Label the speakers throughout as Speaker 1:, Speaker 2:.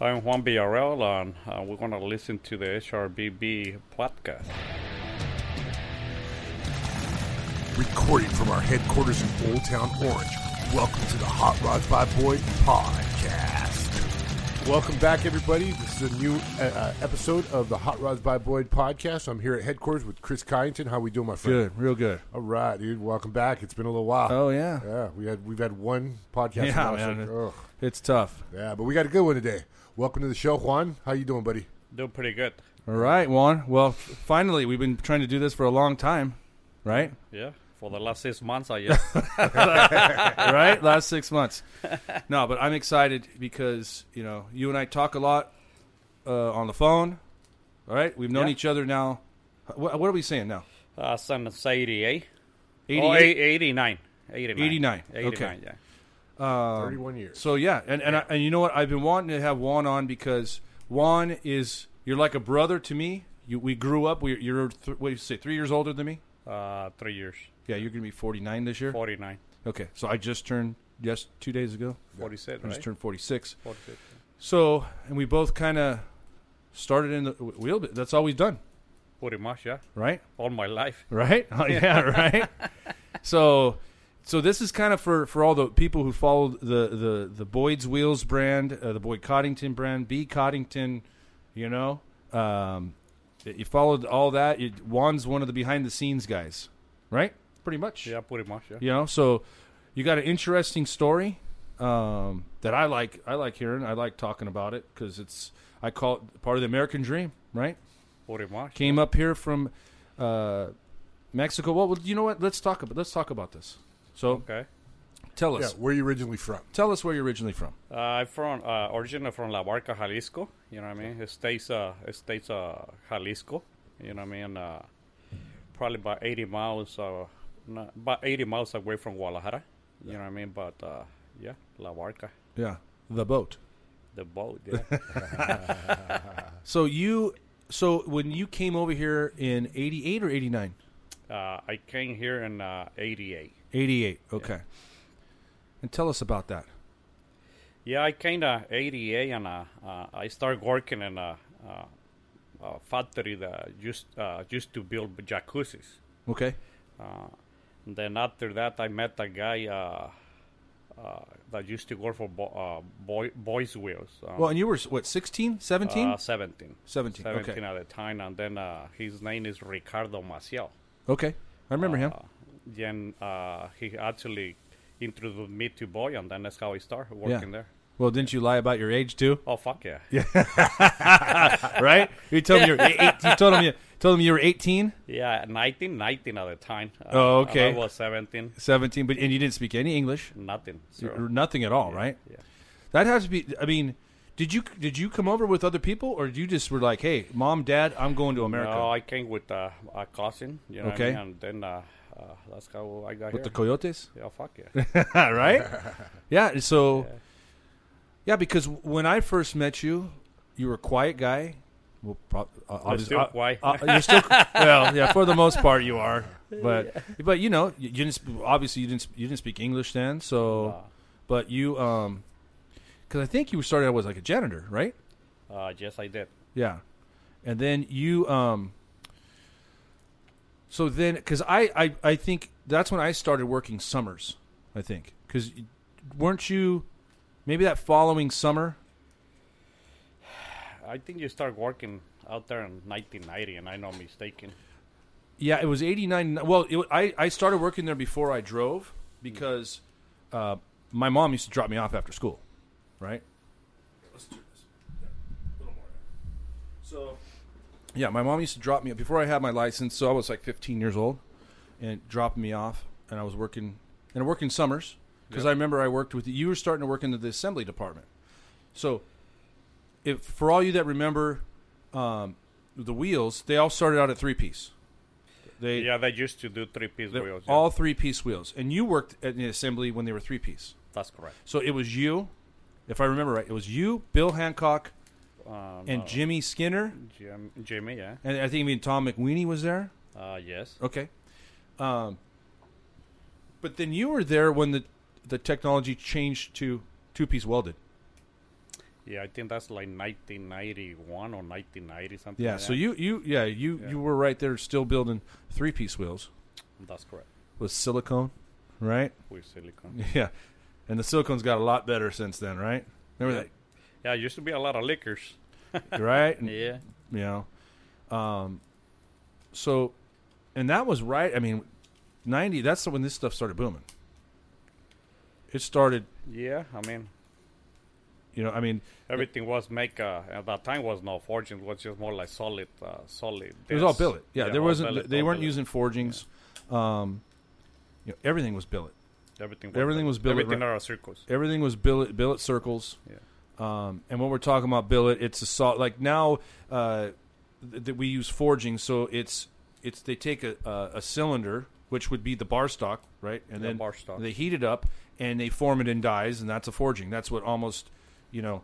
Speaker 1: I'm Juan Villarreal, and uh, we're going to listen to the HRBB podcast.
Speaker 2: Recording from our headquarters in Old Town Orange, welcome to the Hot Rods by Boy podcast. Welcome back, everybody. This is a new uh, uh, episode of the Hot Rods by Boyd podcast. I'm here at headquarters with Chris Kyington. How we doing, my friend?
Speaker 3: Good, real good.
Speaker 2: All right, dude. Welcome back. It's been a little while.
Speaker 3: Oh yeah,
Speaker 2: Yeah, we had we've had one podcast.
Speaker 3: Yeah,
Speaker 2: without us.
Speaker 3: man, it-
Speaker 2: Ugh.
Speaker 3: it's tough.
Speaker 2: yeah, but we got a good one today. Welcome to the show, Juan. How you doing, buddy?
Speaker 1: Doing pretty good.
Speaker 3: All right, Juan. Well, f- finally, we've been trying to do this for a long time, right?
Speaker 1: Yeah, for the last six months, I guess.
Speaker 3: right? Last six months. No, but I'm excited because you know you and I talk a lot uh, on the phone. All right, we've known
Speaker 1: Yeah.
Speaker 3: each other now. What, what are we saying now?
Speaker 1: uh, since 88. Oh,
Speaker 3: 88?
Speaker 1: eight- 89. 89.
Speaker 3: 89, okay.
Speaker 1: 89, yeah.
Speaker 3: Um,
Speaker 2: Thirty-one years.
Speaker 3: So yeah, and and, I, and you know what? I've been wanting to have Juan on because Juan is you're like a brother to me. You, we grew up. We, you're th- what do you say? Three years older than me.
Speaker 1: Uh, three years.
Speaker 3: Yeah, you're gonna be 49 this year.
Speaker 1: 49.
Speaker 3: Okay, so I just turned yes two days ago.
Speaker 1: 47,
Speaker 3: I
Speaker 1: right?
Speaker 3: just turned 46.
Speaker 1: 46.
Speaker 3: So, and we both kind of started in the wheel. bit. That's all we've done,
Speaker 1: Pretty much, yeah.
Speaker 3: right?
Speaker 1: All my life.
Speaker 3: Right? Oh, yeah, right. so, so this is kind of for for all the people who followed the the the Boyd's Wheels brand, uh, the Boyd Coddington brand, B Coddington, you know. Um, you followed all that. You, Juan's one of the behind the scenes guys, right? Pretty much
Speaker 1: Yeah, pretty much, yeah.
Speaker 3: you know so you got an interesting story um, that i like i like hearing i like talking about it because it's i call it part of the american dream right
Speaker 1: Pretty much.
Speaker 3: came up here from uh, mexico well, well you know what let's talk about let's talk about this so
Speaker 1: Okay.
Speaker 3: tell
Speaker 2: Yeah,
Speaker 3: us
Speaker 2: where you originally from?
Speaker 3: tell us where you're originally from
Speaker 1: Uh, I'm from, uh, originally from La Barca, Jalisco. You know what I mean? It stays, uh, it stays, uh, Jalisco. You know what I mean? Uh, probably about 80 miles, uh, no, about 80 miles away from Guadalajara. You know what I mean? But, uh, yeah, La Barca,
Speaker 3: yeah the boat
Speaker 1: the boat. Yeah.
Speaker 3: so you so when you came over here in 88 or 89
Speaker 1: uh, I came here in, uh, 88.
Speaker 3: 88 okay and tell us about that
Speaker 1: Yeah, I came to 88 and uh, uh, I started working in a, uh, a factory that used, uh, used to build jacuzzis.
Speaker 3: okay
Speaker 1: Uh, and then after that, I met a guy uh, uh, that used to work for bo- uh, boy- Boys Wheels. Um,
Speaker 3: well and you were what 16 17
Speaker 1: uh, 17.
Speaker 3: 17, okay.
Speaker 1: 17 at the time. And then uh, his name is Ricardo Maciel.
Speaker 3: okay i remember him
Speaker 1: Uh, then uh, he actually introduced me to Boy, and then that's how I started working there.
Speaker 3: Well, didn't you lie about your age too?
Speaker 1: Oh, fuck yeah.
Speaker 3: Right? You told him you were eight, you told him you told him you were 18,
Speaker 1: Yeah, 19, 19 at the time. Uh,
Speaker 3: Oh,
Speaker 1: and
Speaker 3: okay.
Speaker 1: I was 17.
Speaker 3: 17, but and you didn't speak any English,
Speaker 1: Nothing.
Speaker 3: or
Speaker 1: Zero.
Speaker 3: nothing at all, right?
Speaker 1: Yeah.
Speaker 3: That has to be I mean, did you did you come over with other people or you just were like, "Hey, mom, dad, I'm going to America."
Speaker 1: No, I came with uh, a cousin, you know what I
Speaker 3: Okay.
Speaker 1: mean? And then uh, uh, that's how I got
Speaker 3: with the
Speaker 1: here.
Speaker 3: coyotes?
Speaker 1: yeah, fuck yeah.
Speaker 3: right? yeah, so yeah. because when I first met you, you were a quiet guy. Well, prob- uh, obviously-
Speaker 1: still
Speaker 3: uh,
Speaker 1: quiet.
Speaker 3: uh, you're still well, yeah. For the most part, you are, but but you know, you, you didn't sp- obviously you didn't sp- you didn't speak English then, so
Speaker 1: No.
Speaker 3: but you um, because I think you started out as like a janitor, right?
Speaker 1: Uh, yes, I did.
Speaker 3: Yeah, and then you um. So then, because I, I I think that's when I started working summers. I think because weren't you maybe that following summer?
Speaker 1: I think you start working out there in 1990, and I'm not mistaken.
Speaker 3: Yeah, it was eighty nine. Well, it, wa- I I started working there before I drove because uh, my mom used to drop me off after school, right? Let's do this. A little more. So, yeah, my mom used to drop me before I had my license. So I was like fifteen years old, and dropped me off, and I was working and I worked in summers because I remember I worked with you were starting to work into the assembly department. So, if for all you that remember. Um, the wheels they all started out at three piece they
Speaker 1: Yeah, they used to do three piece
Speaker 3: the-
Speaker 1: wheels. yeah.
Speaker 3: all three piece wheels. And you worked at the assembly when they were three piece.
Speaker 1: that's correct.
Speaker 3: So it was you, if I remember right, it was you, Bill Hancock,
Speaker 1: Um,
Speaker 3: and Jimmy Skinner,
Speaker 1: Jim, Jimmy, yeah.
Speaker 3: and I think even Tom McWeeny was there.
Speaker 1: Uh, yes.
Speaker 3: Okay. Um, but then you were there when the the technology changed to two piece welded.
Speaker 1: Yeah, I think that's like 1991 or 1990 something.
Speaker 3: Yeah.
Speaker 1: like
Speaker 3: So
Speaker 1: that.
Speaker 3: you you yeah you
Speaker 1: Yeah.
Speaker 3: you were right there, still building three piece wheels
Speaker 1: that's correct
Speaker 3: with silicone, right?
Speaker 1: with silicone.
Speaker 3: Yeah. And the silicone's got a lot better since then, right? Remember
Speaker 1: Yeah, it used to be a lot of liquors.
Speaker 3: that, right? And,
Speaker 1: Yeah.
Speaker 3: You know, um, so, and that was right. I mean, ninety. That's when this stuff started booming. It started.
Speaker 1: Yeah, I mean,
Speaker 3: You know, I mean,
Speaker 1: everything was make uh, at that time was no forging, was just more like solid, uh, solid.
Speaker 3: It was all
Speaker 1: discs.
Speaker 3: billet. Yeah, there
Speaker 1: all
Speaker 3: wasn't.
Speaker 1: billet,
Speaker 3: they
Speaker 1: all
Speaker 3: weren't
Speaker 1: billet.
Speaker 3: using forgings. Um, you know, everything was billet.
Speaker 1: everything.
Speaker 3: everything was billet,
Speaker 1: Everything
Speaker 3: right?
Speaker 1: are circles.
Speaker 3: Everything was billet. Billet circles.
Speaker 1: Yeah.
Speaker 3: Um, and when we're talking about billet, it's a salt. Like now uh, th- that we use forging, so it's it's they take a, a, a cylinder, which would be the bar stock, right, and
Speaker 1: Yeah,
Speaker 3: then
Speaker 1: bar stock.
Speaker 3: they heat it up and they form it in dies, and that's a forging. That's what almost you know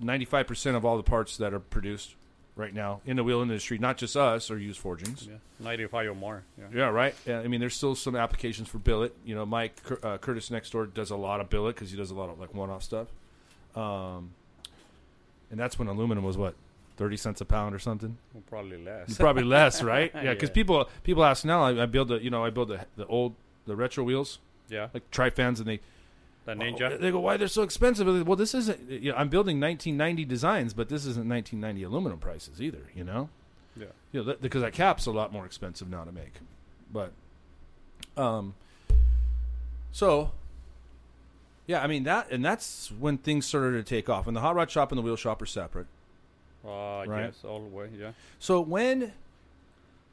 Speaker 3: ninety five percent of all the parts that are produced right now in the wheel industry, not just us, are use forgings.
Speaker 1: Yeah, ninety-five or more. Yeah.
Speaker 3: Yeah, right. Yeah, I mean, there's still some applications for billet. You know, Mike Cur- uh, Curtis next door does a lot of billet because he does a lot of like one-off stuff. Um, and that's when aluminum was what thirty cents a pound or something.
Speaker 1: Well, probably less.
Speaker 3: Probably less, right? Yeah, because
Speaker 1: Yeah.
Speaker 3: people people ask now. I, I build the you know I build the the old the retro wheels
Speaker 1: yeah,
Speaker 3: like uh, trifans and they
Speaker 1: the ninja.
Speaker 3: they go why they're so expensive. And they- Well, this isn't. You know, I'm building 1990 designs, but this isn't 1990 aluminum prices either. You know
Speaker 1: yeah,
Speaker 3: you know, that, because that cap's a lot more expensive now to make. But, um, so, yeah, I mean that, and that's when things started to take off. And the hot rod shop and the wheel shop are separate.
Speaker 1: uh,
Speaker 3: Right.
Speaker 1: yes, all the way. Yeah.
Speaker 3: So when,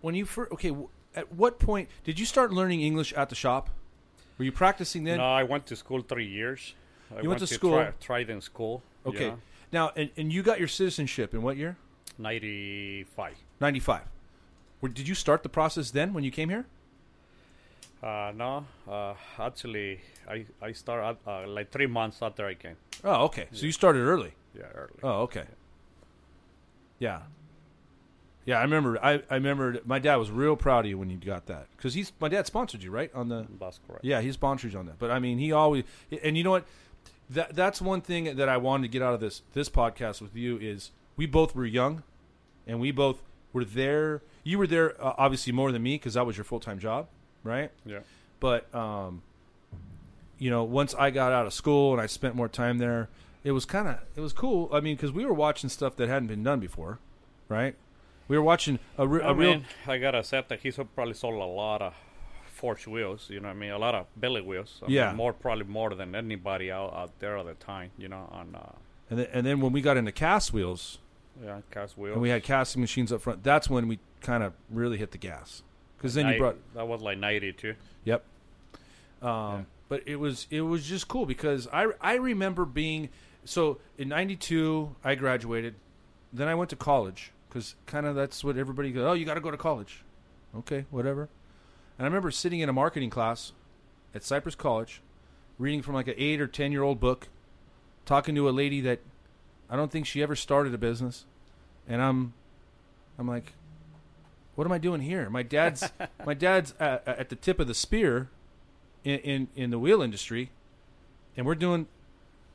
Speaker 3: when you first, okay, w- at what point did you start learning English at the shop? Were you practicing then?
Speaker 1: no, I went to school three years. I
Speaker 3: You went to
Speaker 1: Tri-
Speaker 3: school?
Speaker 1: tried in school.
Speaker 3: okay,
Speaker 1: yeah,
Speaker 3: now and, and you got your citizenship in what year?
Speaker 1: ninety-five.
Speaker 3: Ninety five. Did you start the process then when you came here?
Speaker 1: Uh, no, uh, actually, I I started uh, like three months after I came.
Speaker 3: Oh, okay. So you started early.
Speaker 1: Yeah, early.
Speaker 3: Oh, okay. Yeah. Yeah, I remember. I, I remember. My dad was real proud of you when you got that because he's my dad sponsored you, right? On the
Speaker 1: That's correct.
Speaker 3: yeah, he sponsored you on that. But I mean, he always and you know what? That that's one thing that I wanted to get out of this this podcast with you is we both were young, and we both were there. You were there uh, obviously more than me because that was your full time job, right?
Speaker 1: Yeah.
Speaker 3: but um, you know, once I got out of school and I spent more time there, it was kind of it was cool. I mean, because we were watching stuff that hadn't been done before, right? We were watching a, re-
Speaker 1: I
Speaker 3: a real
Speaker 1: mean, I gotta accept that he's probably sold a lot of forged wheels. You know, what I mean, a lot of billet wheels. I mean,
Speaker 3: Yeah.
Speaker 1: more probably more than anybody out, out there at the time. You know, on uh,
Speaker 3: and then, and then when we got into cast wheels
Speaker 1: yeah, cast wheels.
Speaker 3: and we had casting machines up front, that's when we kind of really hit the gas. Because then you
Speaker 1: Ni-
Speaker 3: brought
Speaker 1: that was like ninety-two.
Speaker 3: Yep. Um, But it was it was just cool because I I remember being so in '92 I graduated, then I went to college because kind of that's what everybody goes. Oh, you got to go to college. Okay, whatever. And I remember sitting in a marketing class at Cypress College, reading from like an eight or ten year old book, talking to a lady that I don't think she ever started a business, and I'm I'm like, what am I doing here? My dad's my dad's uh, at the tip of the spear in, in in the wheel industry, and we're doing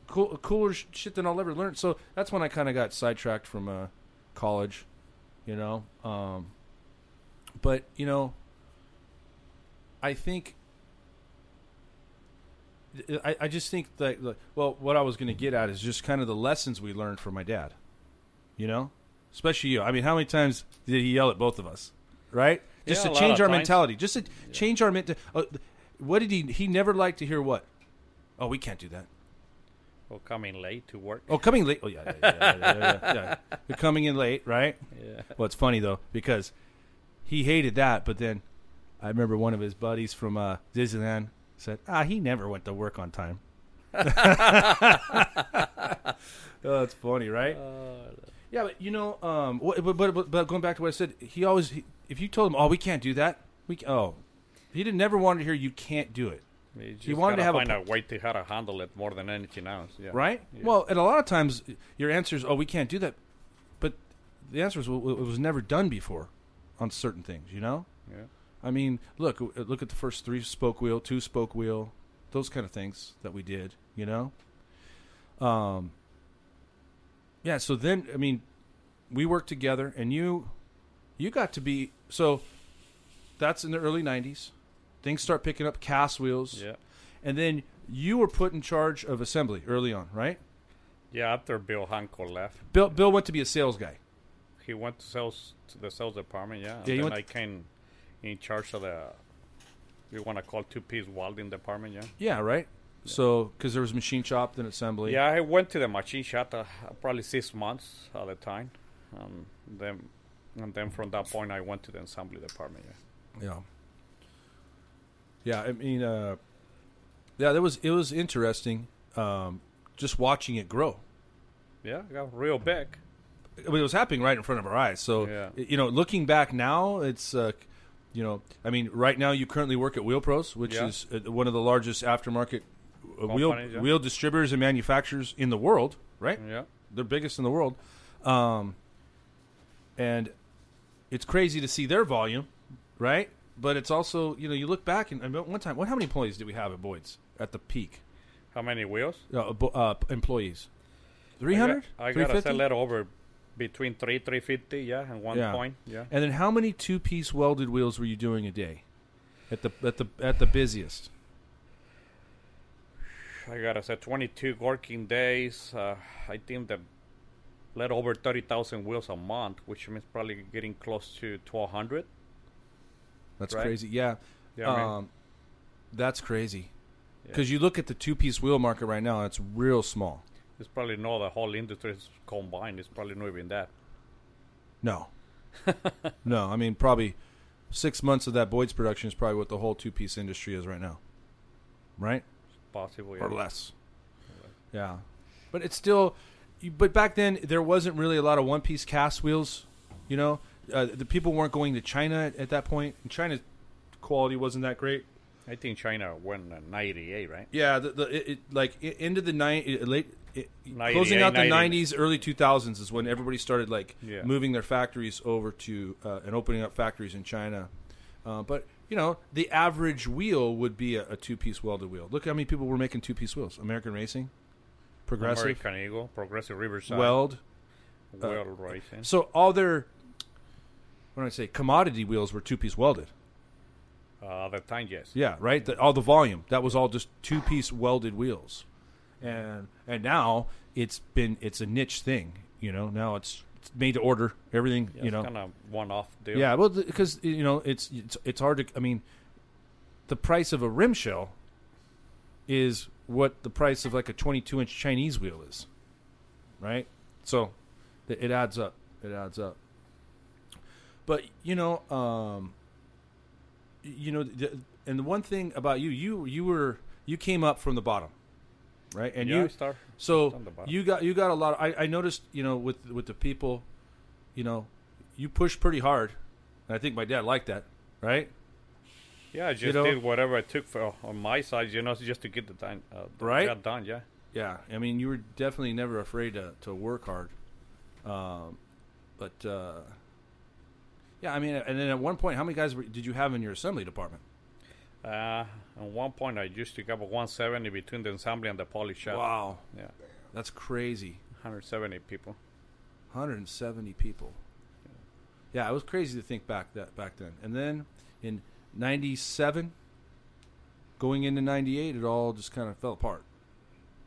Speaker 3: cool, cooler sh- shit than I'll ever learn. So that's when I kind of got sidetracked from uh, college, you know. Um, but you know, I think. I, I just think that like, well, what I was going to get at is just kind of the lessons we learned from my dad, you know, especially you. I mean, how many times did he yell at both of us, right? Just
Speaker 1: Yeah, a lot
Speaker 3: to change
Speaker 1: of
Speaker 3: our
Speaker 1: times.
Speaker 3: mentality, just to change our mentality. Uh, what did he? He never liked to hear what. Oh, we can't do that.
Speaker 1: Or coming late to work.
Speaker 3: Oh, coming late. Oh, yeah, yeah, yeah, yeah, yeah, yeah, yeah. You're coming in late, right?
Speaker 1: Yeah.
Speaker 3: Well, it's funny though because he hated that, but then I remember one of his buddies from uh, Disneyland said, "Ah, he never went to work on time." oh, that's funny, right? yeah, but you know, um, what, but, but but- but going back to what I said, he always he, if you told him, "Oh, we can't do that," we c- oh, he didn't never wanted to hear you can't do it.
Speaker 1: You just
Speaker 3: wanted to
Speaker 1: gotta
Speaker 3: have a
Speaker 1: find
Speaker 3: pl-
Speaker 1: a way to how to handle it more than anything else. Yeah.
Speaker 3: right? Well, and a lot of times your answer is, "Oh, we can't do that," but the answer is, well, it was never done before on certain things. You know,
Speaker 1: Yeah.
Speaker 3: I mean, look, look at the first three spoke wheel, two spoke wheel, those kind of things that we did. You know, um, Yeah, so then I mean, we worked together, and you, you got to be so. That's in the early '90s. Things start picking up cast wheels,
Speaker 1: Yeah.
Speaker 3: and then you were put in charge of assembly early on, right?
Speaker 1: Yeah, after Bill Hanko left,
Speaker 3: Bill Bill went to be a sales guy.
Speaker 1: he went to sales to the sales department. Yeah, and
Speaker 3: Yeah, you
Speaker 1: then
Speaker 3: went-
Speaker 1: I came in charge of the. We want to call two piece welding department. Yeah.
Speaker 3: Yeah, right. So because there was machine shop, then assembly.
Speaker 1: Yeah, I went to the machine shop uh, probably six months at the time. Um, then, and then from that point, I went to the assembly department. Yeah.
Speaker 3: Yeah. Yeah, I mean, uh, yeah, that was it was interesting. Um, just watching it grow.
Speaker 1: Yeah, it got real big.
Speaker 3: I mean, it was happening right in front of our eyes. So
Speaker 1: Yeah.
Speaker 3: y- you know, looking back now, it's uh, you know, I mean, right now you currently work at Wheel Pros, which
Speaker 1: Yeah.
Speaker 3: is uh, one of the largest aftermarket uh, wheel
Speaker 1: Companies, yeah. Mm-hmm.
Speaker 3: wheel distributors and manufacturers in the world. Right?
Speaker 1: Yeah.
Speaker 3: They're biggest in the world, um, and it's crazy to see their volume, right? But it's also you know you look back and I mean, one time, what how many employees did we have at Boyd's at the peak?
Speaker 1: How many wheels?
Speaker 3: Uh, abo- uh, employees, three
Speaker 1: I got-
Speaker 3: hundred,
Speaker 1: I
Speaker 3: three
Speaker 1: got a
Speaker 3: fifty.
Speaker 1: sell it over between three three fifty. Yeah, and one
Speaker 3: Yeah.
Speaker 1: point. Yeah.
Speaker 3: And then how many two piece welded wheels were you doing a day? At the at the at the busiest.
Speaker 1: I gotta say, 22 working days. Uh, I think that let over 30,000 wheels a month, which means probably getting close to 1,200.
Speaker 3: That's
Speaker 1: Right.
Speaker 3: crazy. Yeah.
Speaker 1: Yeah, I mean,
Speaker 3: um, that's crazy.
Speaker 1: Yeah.
Speaker 3: Because you look at the two piece wheel market right now, it's real small.
Speaker 1: it's probably not the whole industry is combined. It's probably not even that.
Speaker 3: No. no, I mean probably six months of that Boyd's production is probably what the whole two piece industry is right now. Right?
Speaker 1: Possible.
Speaker 3: Or
Speaker 1: yeah.
Speaker 3: less. Yeah. But it's still you- but back then there wasn't really a lot of one piece cast wheels, you know. Uh, the people weren't going to China at, at that point. And China's quality wasn't that great.
Speaker 1: I think China went uh, 98, right?
Speaker 3: Yeah, the, the it, it, like i into the ni- it- late it, closing
Speaker 1: 98,
Speaker 3: out the
Speaker 1: 90.
Speaker 3: 90s, early 2000s is when everybody started like
Speaker 1: Yeah.
Speaker 3: moving their factories over to uh, and opening up factories in China. Uh, but you know, the average wheel would be a, a two-piece welded wheel. Look how many people were making two-piece wheels. American Racing, Progressive, uh,
Speaker 1: American Eagle, Progressive Riverside,
Speaker 3: Weld.
Speaker 1: World Racing.
Speaker 3: So all their what do I say? Commodity wheels were two-piece welded.
Speaker 1: Uh, the time, yes.
Speaker 3: Yeah, right. The, all the volume that was all just two piece welded wheels, and and now it's been it's a niche thing. You know, now it's, it's made to order everything. you know,
Speaker 1: kind of one-off deal.
Speaker 3: yeah. Well, because you know it's, it's it's hard to. I mean, the price of a rim shell is what the price of like a twenty two inch Chinese wheel is, right? So it, it adds up. It adds up. But you know, um, y- you know, the, and the one thing about you, you you were you came up from the bottom, right? And
Speaker 1: yeah,
Speaker 3: you
Speaker 1: start.
Speaker 3: so
Speaker 1: on the bottom.
Speaker 3: you got you got a lot. Of, I I noticed you know with with the people, you know, you push pretty hard, and I think my dad liked that, right?
Speaker 1: Yeah, I just
Speaker 3: know-
Speaker 1: did whatever I took for on my side, you know, just to get the time uh, the
Speaker 3: Right?
Speaker 1: job done. Yeah.
Speaker 3: Yeah, I mean you were definitely never afraid to to work hard, um, but uh, yeah, I mean, and then at one point, how many guys were, did you have in your assembly department?
Speaker 1: Uh, at one point, I used to have a 170 between the assembly and the polish shop.
Speaker 3: Wow,
Speaker 1: Yeah,
Speaker 3: that's crazy.
Speaker 1: 170 people.
Speaker 3: 170 people. Yeah, it was crazy to think back that back then. And then in 97 going into 98 it all just kind of fell apart.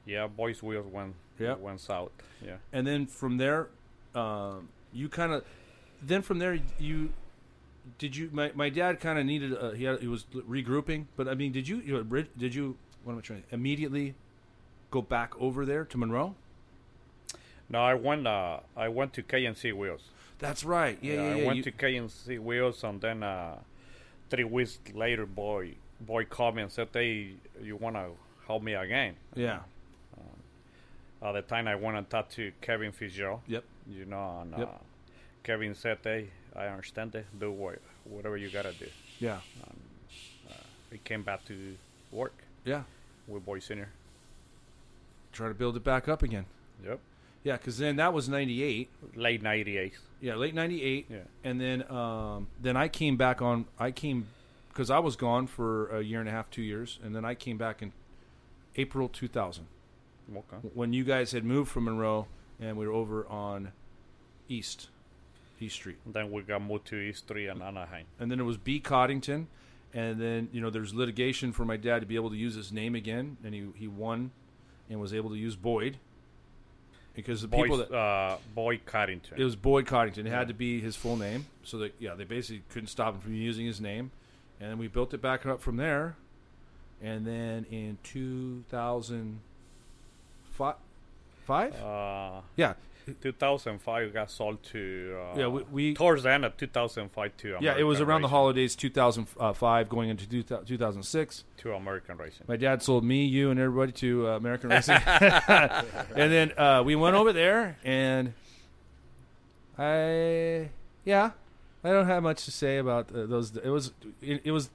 Speaker 1: Yeah, boys' wheels went
Speaker 3: Yeah.
Speaker 1: went south. Yeah,
Speaker 3: And then from there um, you kind of then from there you did you my, my dad kind of needed uh he had, he was regrouping, but I mean, did you, you know, did you what am I trying to immediately go back over there to Monroe?
Speaker 1: no, I went. Uh, I went to KNC wheels.
Speaker 3: That's right. Yeah, yeah, yeah.
Speaker 1: I went
Speaker 3: you-
Speaker 1: to KNC wheels, and then uh, three weeks later, boy, boy called me and said, "Hey, you wanna help me again?"
Speaker 3: yeah.
Speaker 1: At the time, I went and talked to Kevin Fitzgerald.
Speaker 3: Yep.
Speaker 1: You know, and
Speaker 3: Yep.
Speaker 1: uh, Kevin said, "Hey, I understand it. Do what, whatever you gotta do."
Speaker 3: Yeah.
Speaker 1: We came back to work
Speaker 3: Yeah.
Speaker 1: with boy senior.
Speaker 3: Try to build it back up again.
Speaker 1: Yep.
Speaker 3: Yeah, because then that was '98.
Speaker 1: Late '98.
Speaker 3: Yeah, late '98.
Speaker 1: Yeah.
Speaker 3: And then, um, then I came back on. I came because I was gone for a year and a half, two years, and then I came back in April 2000
Speaker 1: Okay.
Speaker 3: when you guys had moved from Monroe and we were over on East East Street.
Speaker 1: Then we got moved to East 3 and Anaheim.
Speaker 3: and then it was B Coddington, and then you know there's litigation for my dad to be able to use his name again, and he he won, and was able to use Boyd, because the people
Speaker 1: Boy,
Speaker 3: that
Speaker 1: uh, Boy Carrington.
Speaker 3: it was Boyd Coddington it had to be his full name, so that yeah they basically couldn't stop him from using his name, and we built it back up from there, and then in two thousand five, five
Speaker 1: uh,
Speaker 3: yeah
Speaker 1: 2005 got sold to. Uh,
Speaker 3: yeah we, we
Speaker 1: towards the end of 2005 to American
Speaker 3: yeah it was around the
Speaker 1: Racing-
Speaker 3: holidays two thousand uh, five going into two thousand six.
Speaker 1: To American Racing.
Speaker 3: My dad sold me, you, and everybody to uh, American Racing, and then uh, we went over there, and I, yeah, I don't have much to say about uh, those. It was, it, it was,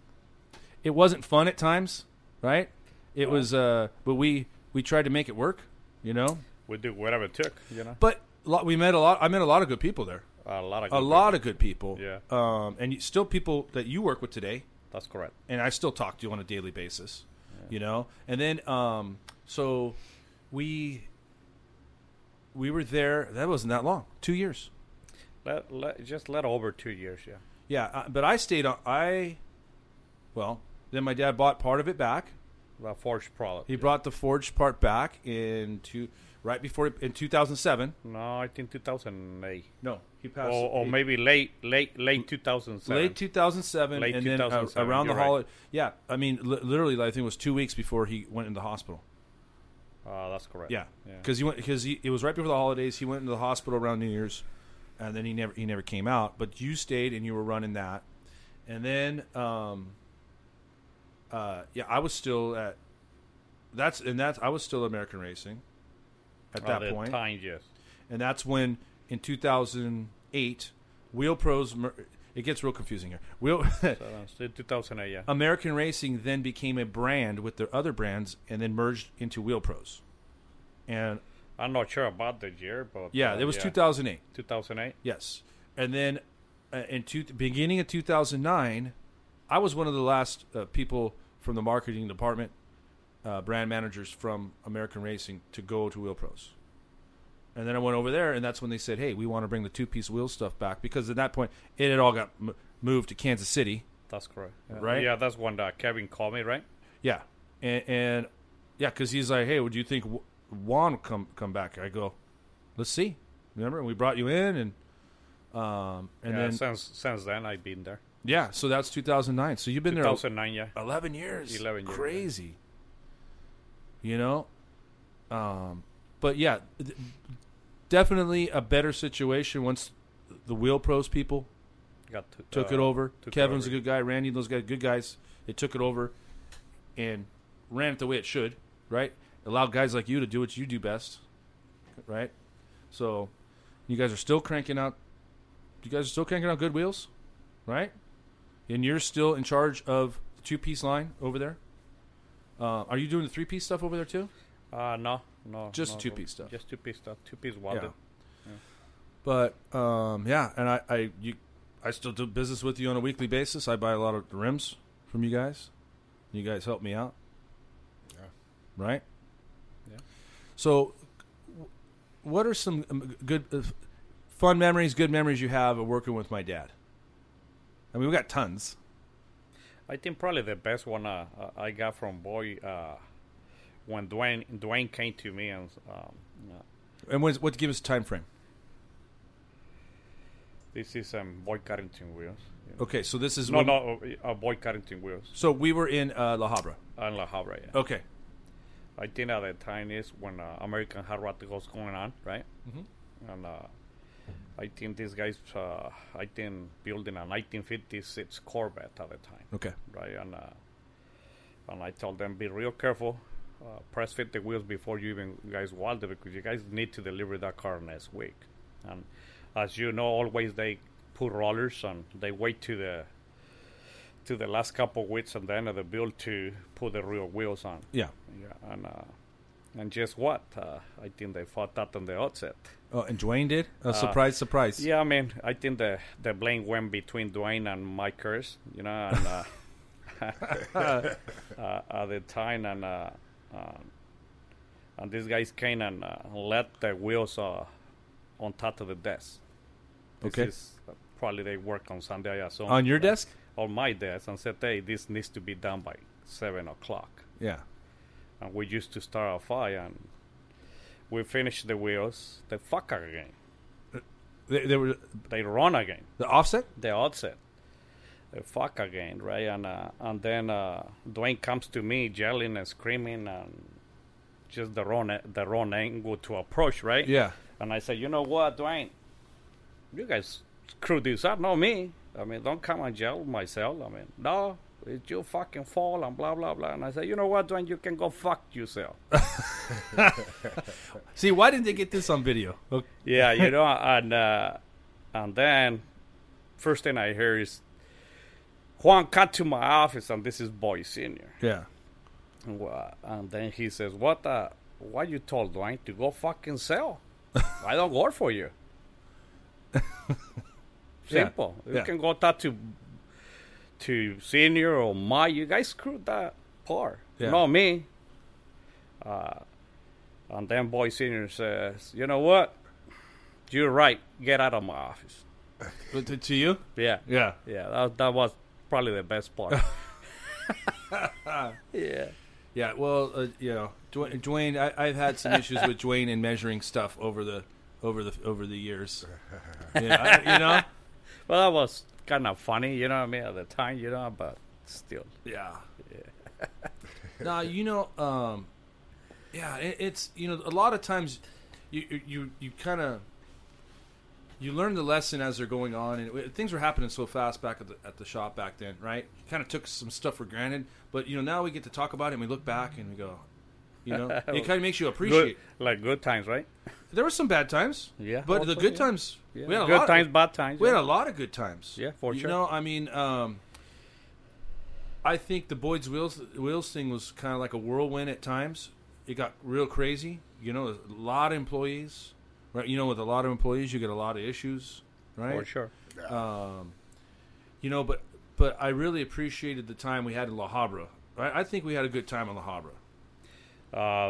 Speaker 3: it wasn't fun at times, right? It was, uh, but we we tried to make it work, you know.
Speaker 1: We do whatever it took, you know.
Speaker 3: But lot, we met a lot. I met a lot of good people there.
Speaker 1: A lot of
Speaker 3: A
Speaker 1: good
Speaker 3: lot of good people.
Speaker 1: Yeah.
Speaker 3: Um, and you- still people that you work with today
Speaker 1: people. That's correct.
Speaker 3: and I still talk to you on a daily basis, you know. And then, um, so we we were there. That wasn't that long, two years.
Speaker 1: Let, let, just let over two years, yeah.
Speaker 3: Yeah, uh, but I stayed on. I well, then my dad bought part of it back.
Speaker 1: The forged product.
Speaker 3: He brought the forged part back in two right before in two thousand seven.
Speaker 1: no, I think 2008.
Speaker 3: No, he
Speaker 1: Or,
Speaker 3: passed.
Speaker 1: or
Speaker 3: he-
Speaker 1: maybe late, late, late 2007.
Speaker 3: Late 2007,
Speaker 1: Late
Speaker 3: and then uh,
Speaker 1: 2007,
Speaker 3: around the
Speaker 1: you're right.
Speaker 3: holiday. Yeah, I mean, li- literally, I think it was two weeks before he went in the hospital.
Speaker 1: Uh, that's correct.
Speaker 3: Yeah,
Speaker 1: Yeah.
Speaker 3: because he went because it was right before the holidays. He went into the hospital around New Year's, and then he never he never came out. But you stayed and you were running that, and then um, uh, yeah, I was still at that's and that's I was still American Racing at
Speaker 1: At
Speaker 3: that
Speaker 1: the
Speaker 3: point,
Speaker 1: time, yes.
Speaker 3: and that's when in 2008 Wheel Pros mer- it gets real confusing here. Wheel
Speaker 1: So, uh, so 2008, yeah.
Speaker 3: American Racing then became a brand with their other brands and then merged into Wheel Pros. And
Speaker 1: I'm not sure about the year, but
Speaker 3: yeah,
Speaker 1: uh,
Speaker 3: it was 2008.
Speaker 1: 2008.
Speaker 3: Yes, and then uh, in two, beginning of 2009, I was one of the last uh, people from the marketing department, uh, brand managers from American Racing, to go to Wheel Pros. And then I went over there, and that's when they said, "Hey, we want to bring the two-piece wheel stuff back," because at that point it had all got m- moved to Kansas City.
Speaker 1: That's correct. Yeah.
Speaker 3: Right?
Speaker 1: Yeah, that's when uh, Kevin called me, right?
Speaker 3: Yeah, and, and yeah, because he's like, "Hey, would you think Wa- Juan will come come back?" I go, "Let's see." Remember, we brought you in, and um, and
Speaker 1: yeah,
Speaker 3: then
Speaker 1: since since then, I've been there.
Speaker 3: Yeah, so that's 2009. So you've been there
Speaker 1: 2009, yeah.
Speaker 3: 11 years.
Speaker 1: 11 years,
Speaker 3: Crazy. You know? Um, but yeah, th- definitely a better situation once the Wheel Pros people
Speaker 1: Got t-
Speaker 3: took
Speaker 1: uh,
Speaker 3: it over.
Speaker 1: took it
Speaker 3: Kevin's
Speaker 1: over.
Speaker 3: a good guy. Randy, those guys, good guys. They took it over and ran it the way it should, right? Allowed guys like you to do what you do best, right? So you guys are still cranking out. You guys are still cranking out good wheels, right? And you're still in charge of the two piece line over there. Uh, are you doing the three piece stuff over there too?
Speaker 1: Uh, no, no.
Speaker 3: Just
Speaker 1: no,
Speaker 3: two-piece stuff.
Speaker 1: Just two piece stuff. Two piece welded.
Speaker 3: But um, yeah, and I, I you I still do business with you on a weekly basis. I buy a lot of rims from you guys. You guys help me out.
Speaker 2: Yeah.
Speaker 3: Right?
Speaker 1: Yeah.
Speaker 3: So w- what are some um, good uh, fun memories, good memories you have of working with my dad? I mean, we got tons.
Speaker 1: I think probably the best one uh, uh, I got from Boy uh, when Dwayne Dwayne came to me and um, uh,
Speaker 3: And when's, what give us a time frame?
Speaker 1: this is um, Boy Carrington wheels. you know.
Speaker 3: Okay, so this is
Speaker 1: No,
Speaker 3: when-
Speaker 1: no, uh, uh, Boy Carrington wheels
Speaker 3: So we were in uh, La Habra.
Speaker 1: and La Habra. Yeah.
Speaker 3: Okay.
Speaker 1: I think at the time is when uh, American Hard Rock was going on, right? Mm-hmm. And uh, I think these guys, uh, I think building a 1956 Corvette at the time.
Speaker 3: Okay.
Speaker 1: right? And uh, and I told them be real careful, uh, press fit the wheels before you even you guys weld it because you guys need to deliver that car next week. And as you know, always they put rollers and they wait to the to the last couple of weeks and the end of the build to put the real wheels on.
Speaker 3: Yeah.
Speaker 1: Yeah, and uh, and guess what? Uh, I think they fought that on the outset.
Speaker 3: Oh, and Dwayne did? Uh, surprise, surprise.
Speaker 1: Yeah, I mean, I think the the blame went between Dwayne and my curse, you know, and uh, uh, at the time, and uh, um, and these guys came and uh, let the wheels uh, on top of the desk. This
Speaker 3: Okay.
Speaker 1: is probably they work on Sunday. I assume.
Speaker 3: On your desk?
Speaker 1: On my desk, and said, "Hey, this needs to be done by seven o'clock."
Speaker 3: Yeah.
Speaker 1: And we used to start at five, and we finished the wheels. They fuck again.
Speaker 3: They, they were
Speaker 1: They run again.
Speaker 3: the offset.
Speaker 1: the outset. Uh, fuck again, right? And uh, and then uh, Dwayne comes to me yelling and screaming and just the wrong the wrong angle to approach, right?
Speaker 3: Yeah.
Speaker 1: And I said, you know what, Dwayne, you guys screwed this up, not me. I mean, don't come and yell myself. I mean, no, it's your fucking fault and blah blah blah. And I said, you know what, Dwayne, you can go fuck yourself.
Speaker 3: See, why didn't they get this on video? Okay.
Speaker 1: Yeah, you know, and uh, and then first thing I hear is Juan cut to my office, and this is Boy Senior,
Speaker 3: Yeah.
Speaker 1: and, wha- and then he says, "What the? Why you told Dwayne to go fucking sell? I don't work for you."
Speaker 3: Yeah,
Speaker 1: Simple. You
Speaker 3: yeah.
Speaker 1: can go talk to to Senior or my. You guys screwed that part,
Speaker 3: Yeah.
Speaker 1: not me. Uh, and then Boy Senior says, "You know what? You're right. Get out of my office."
Speaker 3: But To, to you?
Speaker 1: Yeah,
Speaker 3: Yeah.
Speaker 1: yeah. That that was probably the best part. yeah,
Speaker 3: Yeah. Well, uh, you know, Dwayne, Dwayne I, I've had some issues with Dwayne in measuring stuff over the over the over the years. Yeah, I- you know.
Speaker 1: well, that was kind of funny. You know what I mean? At the time, you know, but still,
Speaker 3: Yeah. nah, you know, um, yeah, it, it's you know, a lot of times, you you you, you kind of you learn the lesson as they're going on, and it- things were happening so fast back at the at the shop back then, right? Kind of took some stuff for granted, but you know, now we get to talk about it, and we look back and we go, you know, it kind of makes you
Speaker 1: good,
Speaker 3: appreciate.
Speaker 1: like good times, right?
Speaker 3: There were some bad times,
Speaker 1: Yeah,
Speaker 3: but the
Speaker 1: also,
Speaker 3: good
Speaker 1: yeah.
Speaker 3: times, we had a
Speaker 1: good
Speaker 3: lot
Speaker 1: times,
Speaker 3: Of,
Speaker 1: bad times.
Speaker 3: we
Speaker 1: yeah.
Speaker 3: had a lot of good times.
Speaker 1: Yeah, for
Speaker 3: you
Speaker 1: sure.
Speaker 3: know, I mean, um, I think the Boyd's wheels wheels thing was kind of like a whirlwind at times. It got real crazy. You know, a lot of employees, right? You know, with a lot of employees, you get a lot of issues, right?
Speaker 1: for sure.
Speaker 3: You know, but but I really appreciated the time we had in La Habra. Right? I think we had a good time in La Habra.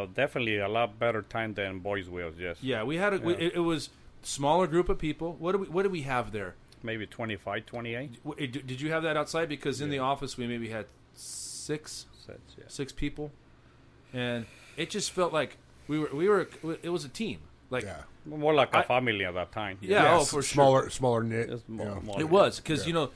Speaker 1: Uh, definitely a lot better time than boys' wheels. Yes,
Speaker 3: Yeah, we had a. We, it, it was smaller group of people. What do we? What do we have there?
Speaker 1: maybe 25, 28
Speaker 3: W- eh, d- Did you have that outside? Because in the office we maybe had six,
Speaker 1: sets. Yeah.
Speaker 3: six people, and it just felt like we were we were it was a team. Like
Speaker 2: Yeah.
Speaker 1: More like a
Speaker 3: I-
Speaker 1: family at that time.
Speaker 3: yeah,
Speaker 2: Yeah,
Speaker 3: oh
Speaker 2: s-
Speaker 3: for
Speaker 2: smaller, smaller knit.
Speaker 1: It's
Speaker 2: you
Speaker 1: more,
Speaker 2: know.
Speaker 1: more
Speaker 3: sure. It was because you know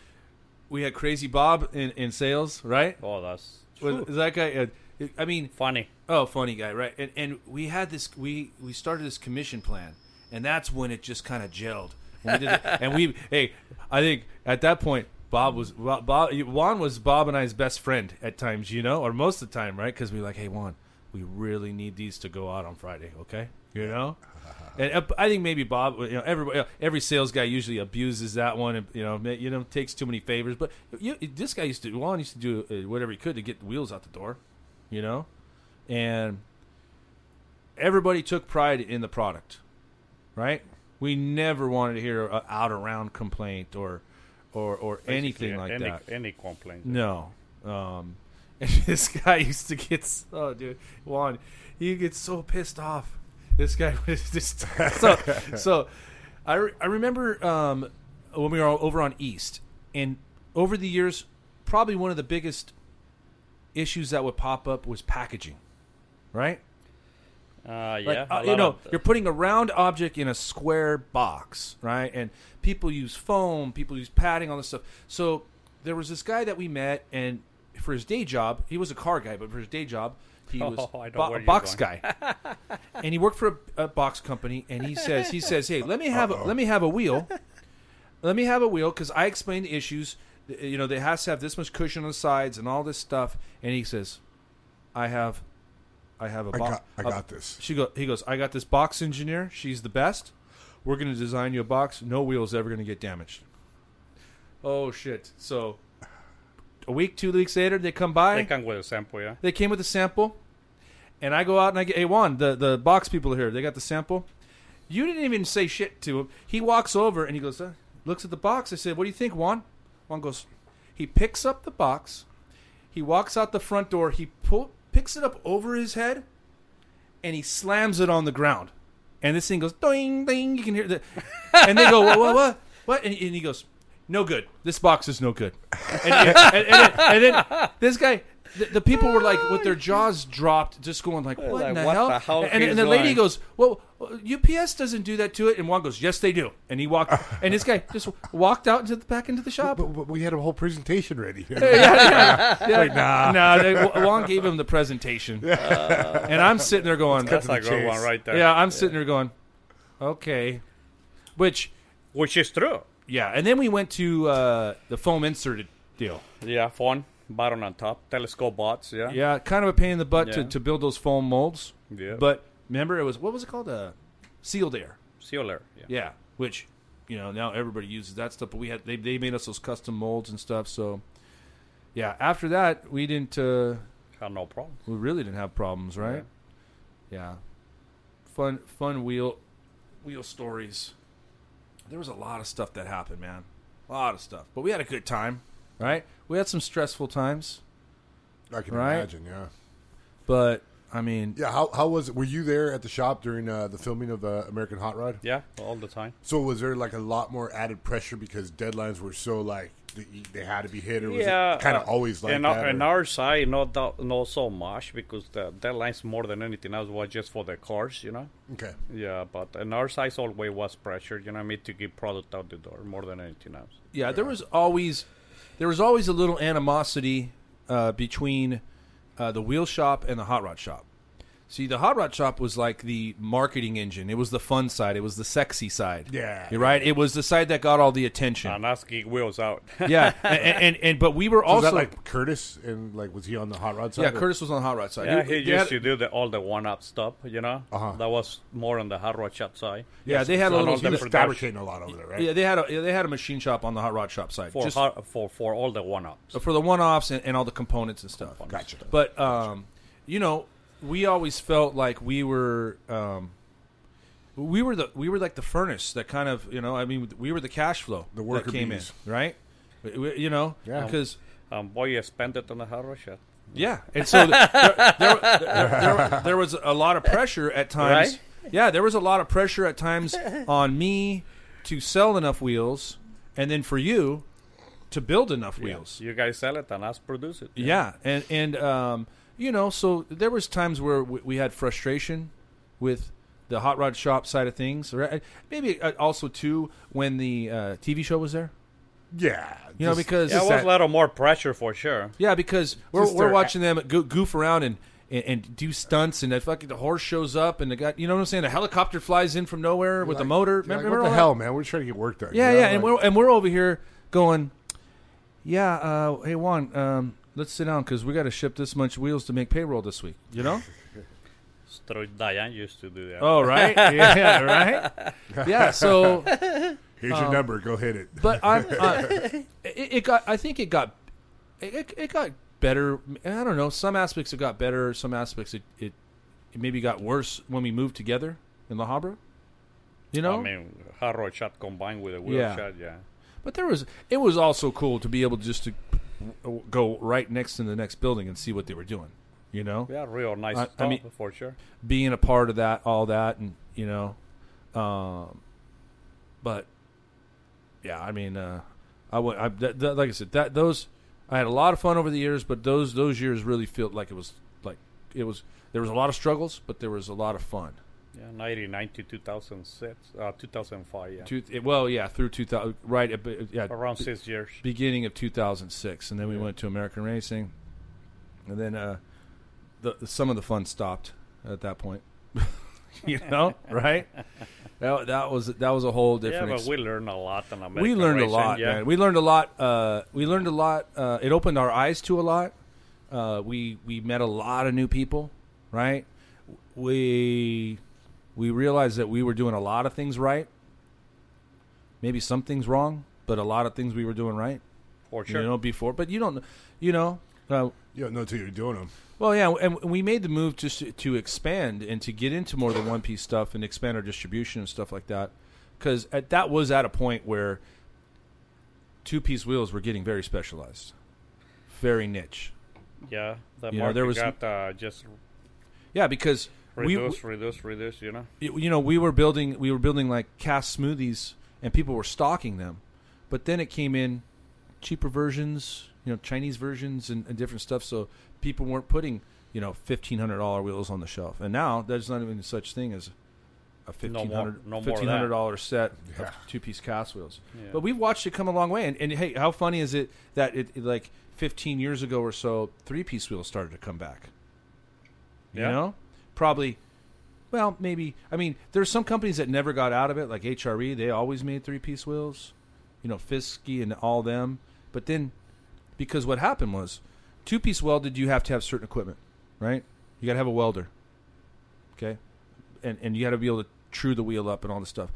Speaker 3: we had Crazy Bob in, in sales, right?
Speaker 1: Oh, that's
Speaker 3: Was, is that guy? Uh, I mean,
Speaker 1: funny.
Speaker 3: oh, funny guy, right? And and we had this we we started this commission plan, and that's when it just kind of gelled. When we did it, and we hey, I think at that point. Bob was Bob, Bob. Juan was Bob and I's best friend at times, you know, or most of the time, right? Because we were like, hey Juan, we really need these to go out on Friday, okay? You know, and uh, I think maybe Bob, you know, everybody, every sales guy usually abuses that one, and you know, ma- you know, takes too many favors. But you, this guy used to Juan used to do uh, whatever he could to get the wheels out the door, you know, and everybody took pride in the product, right? We never wanted to hear a out around complaint or or or anything
Speaker 1: Yeah,
Speaker 3: like
Speaker 1: any,
Speaker 3: that.
Speaker 1: Any complaint?
Speaker 3: No. Um, and this guy used to get s- oh dude Juan, you get so pissed off. This guy was just so so. I re- I remember um, when we were all over on East, and over the years, probably one of the biggest issues that would pop up was packaging, right?
Speaker 1: Uh, yeah,
Speaker 3: Like,
Speaker 1: a
Speaker 3: uh, you
Speaker 1: lot
Speaker 3: know,
Speaker 1: of-
Speaker 3: you're putting a round object in a square box, right? And people use foam, people use padding, all this stuff. So there was this guy that we met, and for his day job, he was a car guy, but for his day job, he was
Speaker 1: Oh, I know
Speaker 3: bo-
Speaker 1: where
Speaker 3: a
Speaker 1: you're
Speaker 3: box
Speaker 1: going.
Speaker 3: guy, and he worked for a, a box company. And he says, he says, hey, let me have a, let me have a wheel, let me have a wheel, because I explained the issues. Th- You know, they has to have this much cushion on the sides and all this stuff. And he says, I have. I have a
Speaker 2: I
Speaker 3: box.
Speaker 2: got, I got this.
Speaker 3: She go. He goes. I got this box engineer. She's the best. We're gonna design you a box. No wheel's ever gonna get damaged. Oh shit! So a week, two weeks later, they come by.
Speaker 1: They can with a sample, yeah.
Speaker 3: They came with a sample, and I go out and I get, hey Juan, the the box people are here. They got the sample. You didn't even say shit to him. He walks over and he goes, uh, looks at the box. I said, what do you think, Juan? Juan goes, he picks up the box. He walks out the front door. He pull, picks it up over his head, and he slams it on the ground. and this thing goes ding ding. You can hear the, and they go what what what, what? And, and he goes no good. This box is no good. And, and, and, and, and then this guy. The, the people were like with their jaws dropped, just going like, "What,
Speaker 1: Like,
Speaker 3: in the,
Speaker 1: what
Speaker 3: hell?
Speaker 1: the hell
Speaker 3: And, and
Speaker 1: is
Speaker 3: the lady
Speaker 1: life?
Speaker 3: goes, "Well, UPS doesn't do that to it." And Juan goes, "Yes, they do." And he walked, and this guy just walked out into the back into the shop.
Speaker 2: But, but we had a whole presentation ready.
Speaker 3: Like, nah. Nah, they, Juan gave him the presentation. and I'm sitting there going,
Speaker 1: That's
Speaker 2: the
Speaker 1: a good one
Speaker 2: chase.
Speaker 1: right there.
Speaker 3: yeah, I'm sitting there going, okay. Which,
Speaker 1: Which is true.
Speaker 3: yeah. And then we went to uh, the foam inserted deal.
Speaker 1: Yeah, fun. Bottom on top. Telescope bots, yeah.
Speaker 3: Yeah, kind of a pain in the butt to,
Speaker 1: Yeah.
Speaker 3: to build those foam molds.
Speaker 1: Yeah.
Speaker 3: But remember, it was, what was it called? Uh, sealed air.
Speaker 1: See you later. Yeah.
Speaker 3: Yeah. Which, you know, now everybody uses that stuff. But we had, they, they made us those custom molds and stuff. So, yeah, after that, we didn't, uh,
Speaker 1: Had no problem.
Speaker 3: We really didn't have problems, right? Yeah. Fun fun wheel wheel stories. There was a lot of stuff that happened, man. A lot of stuff. But we had a good time, right? We had some stressful times,
Speaker 2: I can
Speaker 3: Right.
Speaker 2: imagine. Yeah.
Speaker 3: but I mean,
Speaker 2: Yeah. How, how was it? Were you there at the shop during uh, the filming of uh, American Hot Rod?
Speaker 1: Yeah, all the time.
Speaker 2: So was there like a lot more added pressure because deadlines were so like th- they had to be hit, or was
Speaker 1: yeah,
Speaker 2: it kind
Speaker 1: uh,
Speaker 2: of always like
Speaker 1: in,
Speaker 2: that?
Speaker 1: our, in
Speaker 2: or-
Speaker 1: our side, not that, not so much because the deadlines more than anything else was just for the cars, you know.
Speaker 2: okay.
Speaker 1: Yeah, but in our size always was pressure, you know, I mean, to get product out the door more than anything else.
Speaker 3: yeah, there was always there was always a little animosity uh, between uh, the wheel shop and the hot rod shop. See, the hot rod shop was like the marketing engine. It was the fun side. It was the sexy side.
Speaker 2: Yeah.
Speaker 3: You're right. It was the side that got all the attention.
Speaker 1: And that's geek wheels out.
Speaker 3: yeah, and, and, and, and but we were
Speaker 2: Was
Speaker 3: also
Speaker 2: that like Curtis and like was he on the Hot Rod side?
Speaker 3: yeah.
Speaker 2: or-
Speaker 3: Curtis was on the hot rod side.
Speaker 1: yeah,
Speaker 3: He-
Speaker 1: he used
Speaker 3: they had-
Speaker 1: to do the all the one up stuff, you know.
Speaker 2: Uh-huh.
Speaker 1: That was more on the hard rod shot side.
Speaker 3: yeah, they had a
Speaker 1: on
Speaker 3: little.
Speaker 1: all
Speaker 2: He was
Speaker 1: production.
Speaker 2: fabricating a lot over there, right?
Speaker 3: Yeah, they had a yeah, they had a machine shop on the hot rod shop side
Speaker 1: for
Speaker 3: just
Speaker 1: har- for for all the one ups.
Speaker 3: uh, for the one offs and, and all the components and stuff.
Speaker 2: Gotcha.
Speaker 3: But um, you know, we always felt like we were um, we were the we were like the furnace that kind of you know I mean we were the cash flow
Speaker 2: The worker
Speaker 3: that came
Speaker 2: bees.
Speaker 3: in right, We- we- you know
Speaker 2: Yeah.
Speaker 3: because.
Speaker 1: Um, boy, you spend it on the hard rod shot.
Speaker 3: Yeah, and so th- there, there, there, there- there was a lot of pressure at times. Yeah, there was a lot of pressure at times on me to sell enough wheels, and then for you to build enough wheels.
Speaker 1: You guys sell it and us produce it.
Speaker 3: Yeah, and and um, you know, so there was times where we, we had frustration with the hot rod shop side of things. Right? Maybe uh, also too when the uh, TV show was there.
Speaker 2: Yeah,
Speaker 3: You know,
Speaker 2: just-
Speaker 3: because
Speaker 1: Yeah, it
Speaker 2: just
Speaker 1: was
Speaker 2: that-
Speaker 1: a little more pressure for sure.
Speaker 3: Yeah, because we're,
Speaker 2: Just
Speaker 3: we're
Speaker 2: their-
Speaker 3: watching them go, goof around and, and, and do stunts, and the fucking the horse shows up, and the guy, you know what I'm saying? The helicopter flies in from nowhere with the
Speaker 2: like,
Speaker 3: motor.
Speaker 2: you're like,
Speaker 3: Remember,
Speaker 2: what
Speaker 3: remember
Speaker 2: the
Speaker 3: all
Speaker 2: hell, man? We're just trying to get work done.
Speaker 3: that? Yeah,
Speaker 2: you know?
Speaker 3: yeah,
Speaker 2: Like,
Speaker 3: and we're and we're over here going, yeah, uh, hey Juan, um, let's sit down because we got to ship this much wheels to make payroll this week. You know?
Speaker 1: Stro- Diane used to do that.
Speaker 3: oh, right, yeah, right, yeah. So
Speaker 2: here's your number. Go hit it.
Speaker 3: uh, but I'm, uh, it, it got. I think it got. It, it, it got better. I don't know. Some aspects it got better. Some aspects it, it, it maybe got worse when we moved together in La Habra. You
Speaker 2: Oh,
Speaker 3: know,
Speaker 1: I mean, hard rod shot combined with a wheel
Speaker 3: Yeah.
Speaker 1: shot, yeah.
Speaker 3: but there was. It was also cool to be able just to go right next to the next building and see what they were doing. You know,
Speaker 1: Yeah, real nice
Speaker 3: I- I
Speaker 1: stuff
Speaker 3: mean-
Speaker 1: for sure.
Speaker 3: being a part of that, all that, and you know, um, but yeah, I mean, uh, I would, I, that, that, like I said, that those I had a lot of fun over the years, but those those years really felt like it was like it was there was a lot of struggles, but there was a lot of fun.
Speaker 1: Yeah, 99 to 2006, uh, 2005, yeah.
Speaker 3: Two, it, well, yeah, through two thousand, right, at be- yeah,
Speaker 1: Around
Speaker 3: be-
Speaker 1: six years.
Speaker 3: beginning of two thousand six, and then we went to American Racing, and then uh, the some of the fun stopped at that point. you know, right? That, that was that was a whole
Speaker 1: Yeah,
Speaker 3: different.
Speaker 1: but
Speaker 3: ex-
Speaker 1: we learned a lot on American
Speaker 3: we learned
Speaker 1: racing,
Speaker 3: a lot,
Speaker 1: yeah.
Speaker 3: man. We learned a lot. Uh, we learned a lot. Uh, it opened our eyes to a lot. Uh, we we met a lot of new people, right? We we realized that we were doing a lot of things right. Maybe some things wrong, but a lot of things we were doing right.
Speaker 1: for sure.
Speaker 3: You know, before, but you don't, you know. Uh,
Speaker 2: You don't know until you're doing them.
Speaker 3: well, yeah, and we made the move just to, to expand and to get into more of the one piece stuff and expand our distribution and stuff like that, because that was at a point where two piece wheels were getting very specialized, very niche.
Speaker 1: yeah, the
Speaker 3: You know,
Speaker 1: market
Speaker 3: there was-
Speaker 1: got uh, just
Speaker 3: Yeah, because We-
Speaker 1: reduce, reduce, reduce. You know,
Speaker 3: you you know we were building we were building like cast smoothies and people were stocking them but then it came in cheaper versions you know chinese versions and, and different stuff so people weren't putting you know $1500 wheels on the shelf and now there's not even such thing as a
Speaker 1: No more-
Speaker 3: $1500
Speaker 1: no more of that.
Speaker 3: $1,500 set
Speaker 2: Yeah.
Speaker 3: of two-piece cast wheels
Speaker 1: Yeah.
Speaker 3: but we've watched it come a long way and, and hey how funny is it that it, it, like 15 years ago or so three-piece wheels started to come back you
Speaker 1: Yeah.
Speaker 3: know probably well, maybe. I mean, there's some companies that never got out of it, like HRE. They always made three piece wheels, you know, Fisky and all them. But then, because what happened was, two piece welded, you have to have certain equipment, right? You got to have a welder, okay, and and you got to be able to true the wheel up and all this stuff.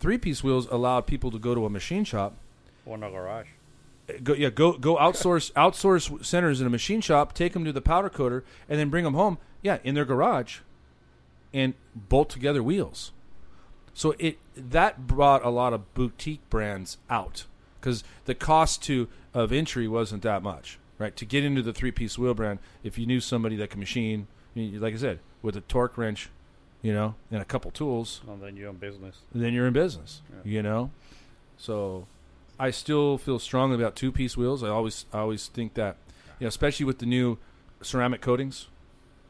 Speaker 3: Three piece wheels allowed people to go to a machine shop
Speaker 1: or in a garage.
Speaker 3: go yeah go go outsource outsource centers in a machine shop take them to the powder coater and then bring them home yeah in their garage and bolt together wheels so it that brought a lot of boutique brands out because the cost to of entry wasn't that much right to get into the three piece wheel brand if you knew somebody that could machine you- you- like i said with a torque wrench you know and a couple tools
Speaker 1: And then you're in business.
Speaker 3: then you're in business. You know, so I still feel strongly about two piece wheels. I always I always think that you know, especially with the new ceramic coatings,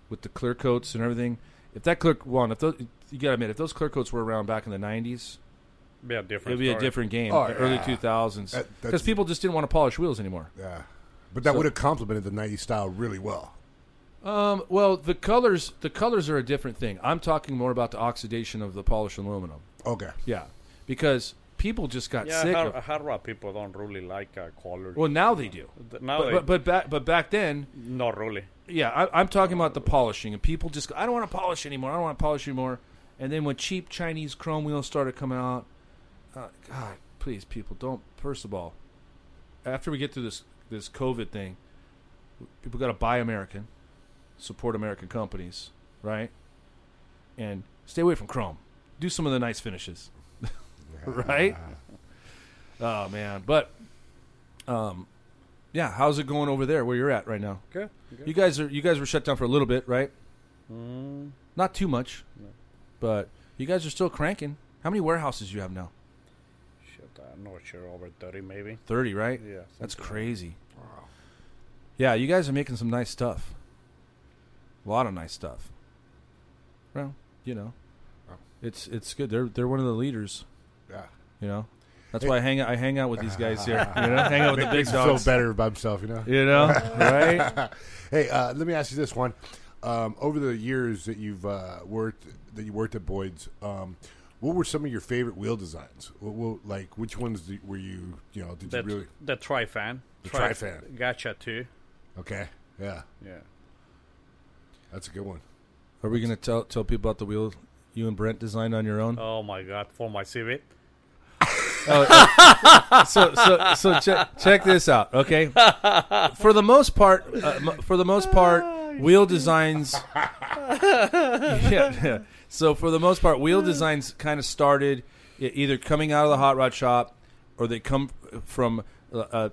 Speaker 3: with the clear coats and everything. If that clear one, if those, you gotta admit, if those clear coats were around back in the '90s,
Speaker 1: Be a
Speaker 3: it'd
Speaker 1: different.
Speaker 3: be a
Speaker 1: story.
Speaker 3: different game.
Speaker 2: Oh,
Speaker 3: the Early
Speaker 2: yeah.
Speaker 3: 2000s,
Speaker 2: That- that's-
Speaker 3: because people just didn't want to polish wheels anymore.
Speaker 2: Yeah. But that
Speaker 3: So-
Speaker 2: would have complemented the 90s style really well.
Speaker 3: Um, well, the colors the colors are a different thing. I'm talking more about the oxidation of the polished aluminum.
Speaker 2: Okay.
Speaker 3: Yeah, because people just got
Speaker 1: Yeah,
Speaker 3: sick.
Speaker 1: hard,
Speaker 3: of,
Speaker 1: hard rock people don't really like uh, colors.
Speaker 3: well, now they do.
Speaker 1: Th- now,
Speaker 3: But
Speaker 1: they-
Speaker 3: but but back, but back then,
Speaker 1: not really.
Speaker 3: yeah, I, I'm talking about the polishing, and people just I don't want to polish anymore. I don't want to polish anymore. And then when cheap Chinese chrome wheels started coming out, uh, God, please, people, don't. First of all, after we get through this this COVID thing, people got to buy American, support American companies, right? And stay away from chrome. Do some of the nice finishes, right? Oh man, but um, yeah, how's it going over there where you're at right now?
Speaker 1: Good. good.
Speaker 3: You guys are you guys were shut down for a little bit, right?
Speaker 1: Mm,
Speaker 3: Not too much,
Speaker 1: No.
Speaker 3: but you guys are still cranking. How many warehouses do you have now?
Speaker 1: shit, I'm not sure. Over thirty, maybe.
Speaker 3: Thirty, right?
Speaker 1: Yeah,
Speaker 3: That's
Speaker 1: something.
Speaker 3: crazy.
Speaker 2: Wow.
Speaker 3: Yeah, you guys are making some nice stuff. A lot of nice stuff. Well, you know,
Speaker 2: Oh.
Speaker 3: it's it's good. They're they're one of the leaders.
Speaker 2: Yeah.
Speaker 3: You know, that's
Speaker 2: Hey.
Speaker 3: why I hang out. I hang out with these guys here. You know, hang out with the big
Speaker 2: Feel
Speaker 3: dogs.
Speaker 2: better about himself, you know?
Speaker 3: You know, right?
Speaker 2: Hey, uh, let me ask you this one. Um, over the years that you've uh, worked that you worked at Boyd's, um, what were some of your favorite wheel designs? What, what, like which ones do, were you? You know, did
Speaker 1: The,
Speaker 2: you really?
Speaker 1: the Trifan.
Speaker 2: The
Speaker 1: Tri-
Speaker 2: Tri-Fan.
Speaker 1: Gotcha too.
Speaker 2: Okay, yeah,
Speaker 1: Yeah.
Speaker 2: that's a good one.
Speaker 3: Are we gonna tell tell people about the wheel you and Brent designed on your own?
Speaker 1: Oh my god, for my civet.
Speaker 3: so so so check check this out, okay? For the most part, uh, m- for the most part, wheel designs. yeah, yeah. So for the most part, wheel designs kind of started e- either coming out of the hot rod shop, or they come f- from uh, uh,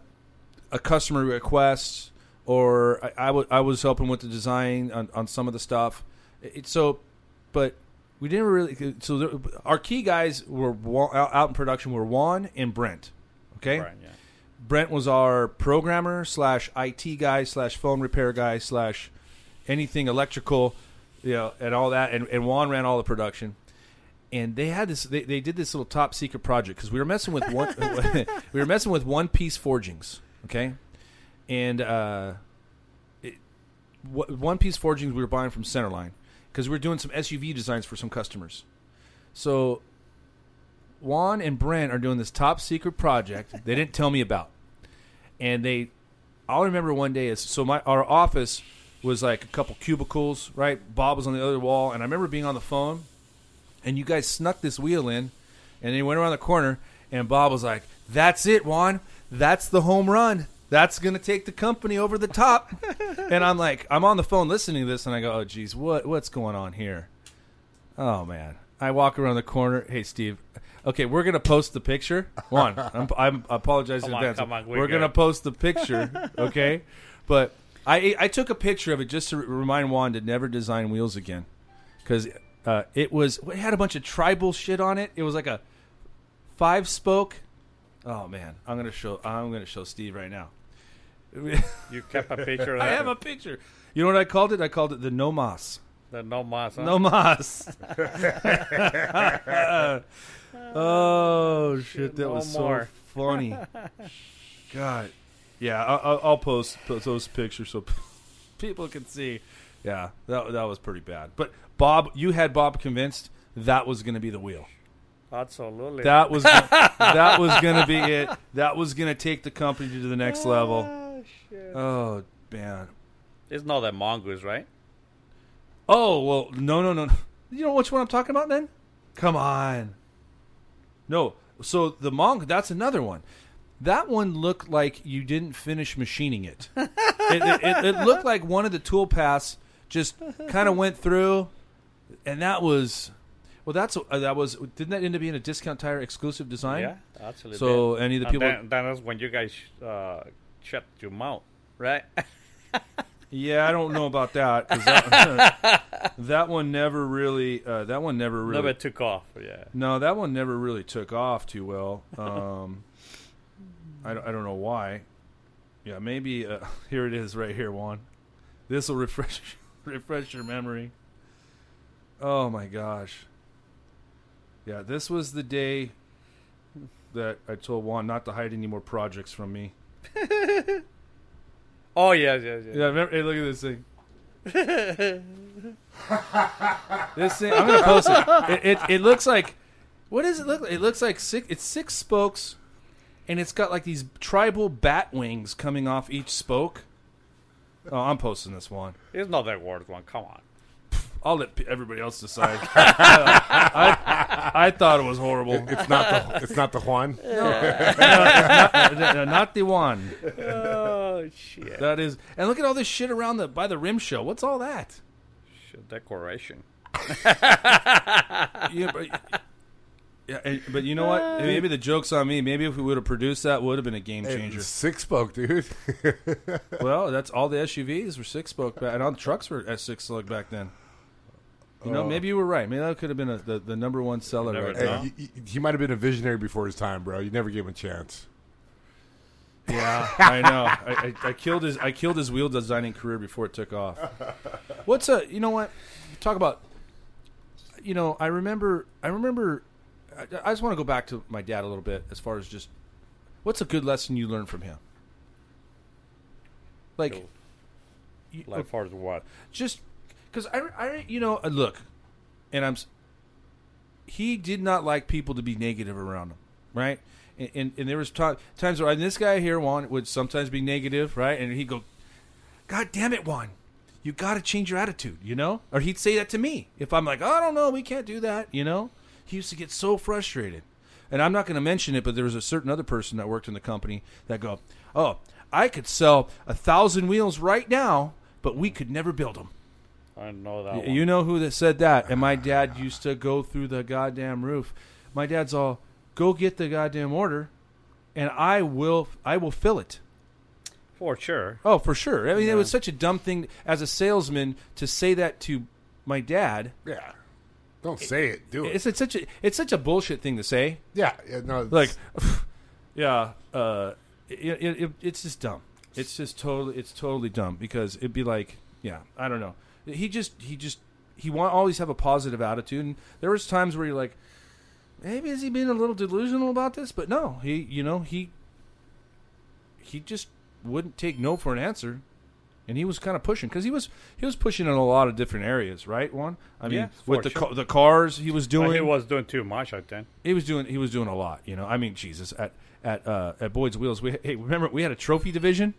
Speaker 3: a customer request, or I, I, w- I was helping with the design on, on some of the stuff. It, it- so, but we didn't really. So there, our key guys were Wa- out out in production were Juan and Brent. Okay,
Speaker 1: Brian, yeah.
Speaker 3: Brent was our programmer slash IT guy slash phone repair guy slash anything electrical, you know, and all that. And, and Juan ran all the production. And they had this. They, they did this little top secret project because we were messing with one. we were messing with one piece forgings. Okay, and uh, it, wh- one piece forgings we were buying from Centerline because we were doing some SUV designs for some customers. So Juan and Brent are doing this top secret project they didn't tell me about. And they all I remember one day is so my our office was like a couple cubicles, right? Bob was on the other wall and I remember being on the phone and you guys snuck this wheel in and they went around the corner and Bob was like, "That's it, Juan. That's the home run. That's going to take the company over the top." and I'm like, I'm on the phone listening to this and I go, "Oh geez, what what's going on here?" Oh man, I walk around the corner. Hey, Steve. Okay, we're gonna post the picture. Juan, I'm, I'm I apologize in
Speaker 1: Come on,
Speaker 3: advance.
Speaker 1: come on,
Speaker 3: we're
Speaker 1: we're
Speaker 3: gonna
Speaker 1: good.
Speaker 3: post the picture, okay? but I I took a picture of it just to remind Juan to never design wheels again because uh, it was it had a bunch of tribal shit on it. It was like a five spoke. Oh man, I'm gonna show I'm gonna show Steve right now.
Speaker 1: You kept a picture of
Speaker 3: I
Speaker 1: that.
Speaker 3: have a picture. You know what I called it? I called it the Nomos.
Speaker 1: the no mas. Huh?
Speaker 3: No mas. oh shit, that
Speaker 1: no
Speaker 3: was
Speaker 1: more.
Speaker 3: so funny. God, yeah, I- I'll, I'll post post those pictures so people can see. Yeah, that that was pretty bad. But Bob, you had Bob convinced that was going to be the wheel.
Speaker 1: Absolutely.
Speaker 3: That was that was going to be it. That was going to take the company to the next level.
Speaker 1: Ah, shit.
Speaker 3: Oh man.
Speaker 1: It's not that mongoose, right?
Speaker 3: Oh well, no, no, no. no. You know which one I'm talking about? Then, come on. No, so the monk. That's another one. That one looked like you didn't finish machining it. it, it, it, it looked like one of the tool paths just kind of went through, and that was. Well, that's uh, that was. Didn't that end up being a discount tire exclusive design?
Speaker 1: Yeah, absolutely.
Speaker 3: So any of the people?
Speaker 1: And then, then is when you guys uh, shut your mouth, right?
Speaker 3: yeah, I don't know about that. 'cause that, that one never really. Uh, that one never really.
Speaker 1: Never took off. Yeah.
Speaker 3: No, that one never really took off too well. Um, I, don't, I don't know why. Yeah, maybe uh, here it is right here, Juan. This will refresh refresh your memory. Oh my gosh. Yeah, this was the day that I told Juan not to hide any more projects from me.
Speaker 1: Oh yes, yes, yes.
Speaker 3: Yeah, remember, hey, look at this thing. this thing, I'm gonna post it. It, it. it looks like, what does it look? like? It looks like six. It's six spokes, and it's got like these tribal bat wings coming off each spoke. Oh, I'm posting this one.
Speaker 1: It's not that worst one. Come on.
Speaker 3: I'll let p- everybody else decide. I, I thought it was horrible.
Speaker 2: It's not the it's not the Juan.
Speaker 3: Uh, Not the one.
Speaker 1: Oh shit.
Speaker 3: That is, and look at all this shit around the by the rim show. What's all that?
Speaker 1: shit. Decoration.
Speaker 3: yeah, but yeah, and- but you know what? Maybe the joke's on me. Maybe if we would have produced that, would have been a game changer.
Speaker 2: Six spoke, dude.
Speaker 3: Well, that's all the SUVs were six spoke back, and all the trucks were at six spoke back then. You know, maybe you were right. Maybe that could have been a, the the number one seller.
Speaker 1: Oh. Never
Speaker 3: Right
Speaker 1: know.
Speaker 3: now.
Speaker 2: Hey, he, he- he might have been a visionary before his time, bro. You never gave him a chance.
Speaker 3: Yeah, I know. I, I, I killed his I killed his wheel designing career before it took off. What's a you know what? Talk about you know I remember I remember I, I just want to go back to my dad a little bit as far as just what's a good lesson you learned from him. Like,
Speaker 1: Cool.
Speaker 3: you-
Speaker 1: Like far as what?
Speaker 3: just because I, I you know uh, look and i'm s- he did not like people to be negative around him right and and, and there was ti times where and this guy here juan would sometimes be negative right and he'd go god damn it juan you gotta change your attitude you know or he'd say that to me if i'm like i don't know we can't do that you know he used to get so frustrated and i'm not going to mention it but there was a certain other person that worked in the company that go oh i could sell a thousand wheels right now but we could never build them
Speaker 1: I know that
Speaker 3: Y-
Speaker 1: one.
Speaker 3: You know who that said that? And my dad used to go through the goddamn roof. My dad's all, "Go get the goddamn order, and I will, I will fill it."
Speaker 1: For sure.
Speaker 3: Oh, for sure. I mean, it was such a dumb thing as a salesman to say that to my dad.
Speaker 2: Yeah. Don't say it. Do it.
Speaker 3: It's, it's such a, it's such a bullshit thing to say.
Speaker 2: yeah. yeah, No. it's-
Speaker 3: Like, yeah, uh, it, it, it- it's just dumb. It's just totally, it's totally dumb because it'd be like, yeah, I don't know. He just, he just, he want always have a positive attitude. And there was times where you're like, maybe is he being a little delusional about this? But no, he, you know, he, he just wouldn't take no for an answer. And he was kind of pushing because he was he was pushing in a lot of different areas, right? One, I mean,
Speaker 1: Yeah,
Speaker 3: with
Speaker 1: for
Speaker 3: the
Speaker 1: sure.
Speaker 3: ca- the cars he was doing,
Speaker 1: But he was doing too much, I think.
Speaker 3: he was doing he was doing a lot. You know, I mean, Jesus at at uh, at Boyd's Wheels. We hey, remember we had a trophy division,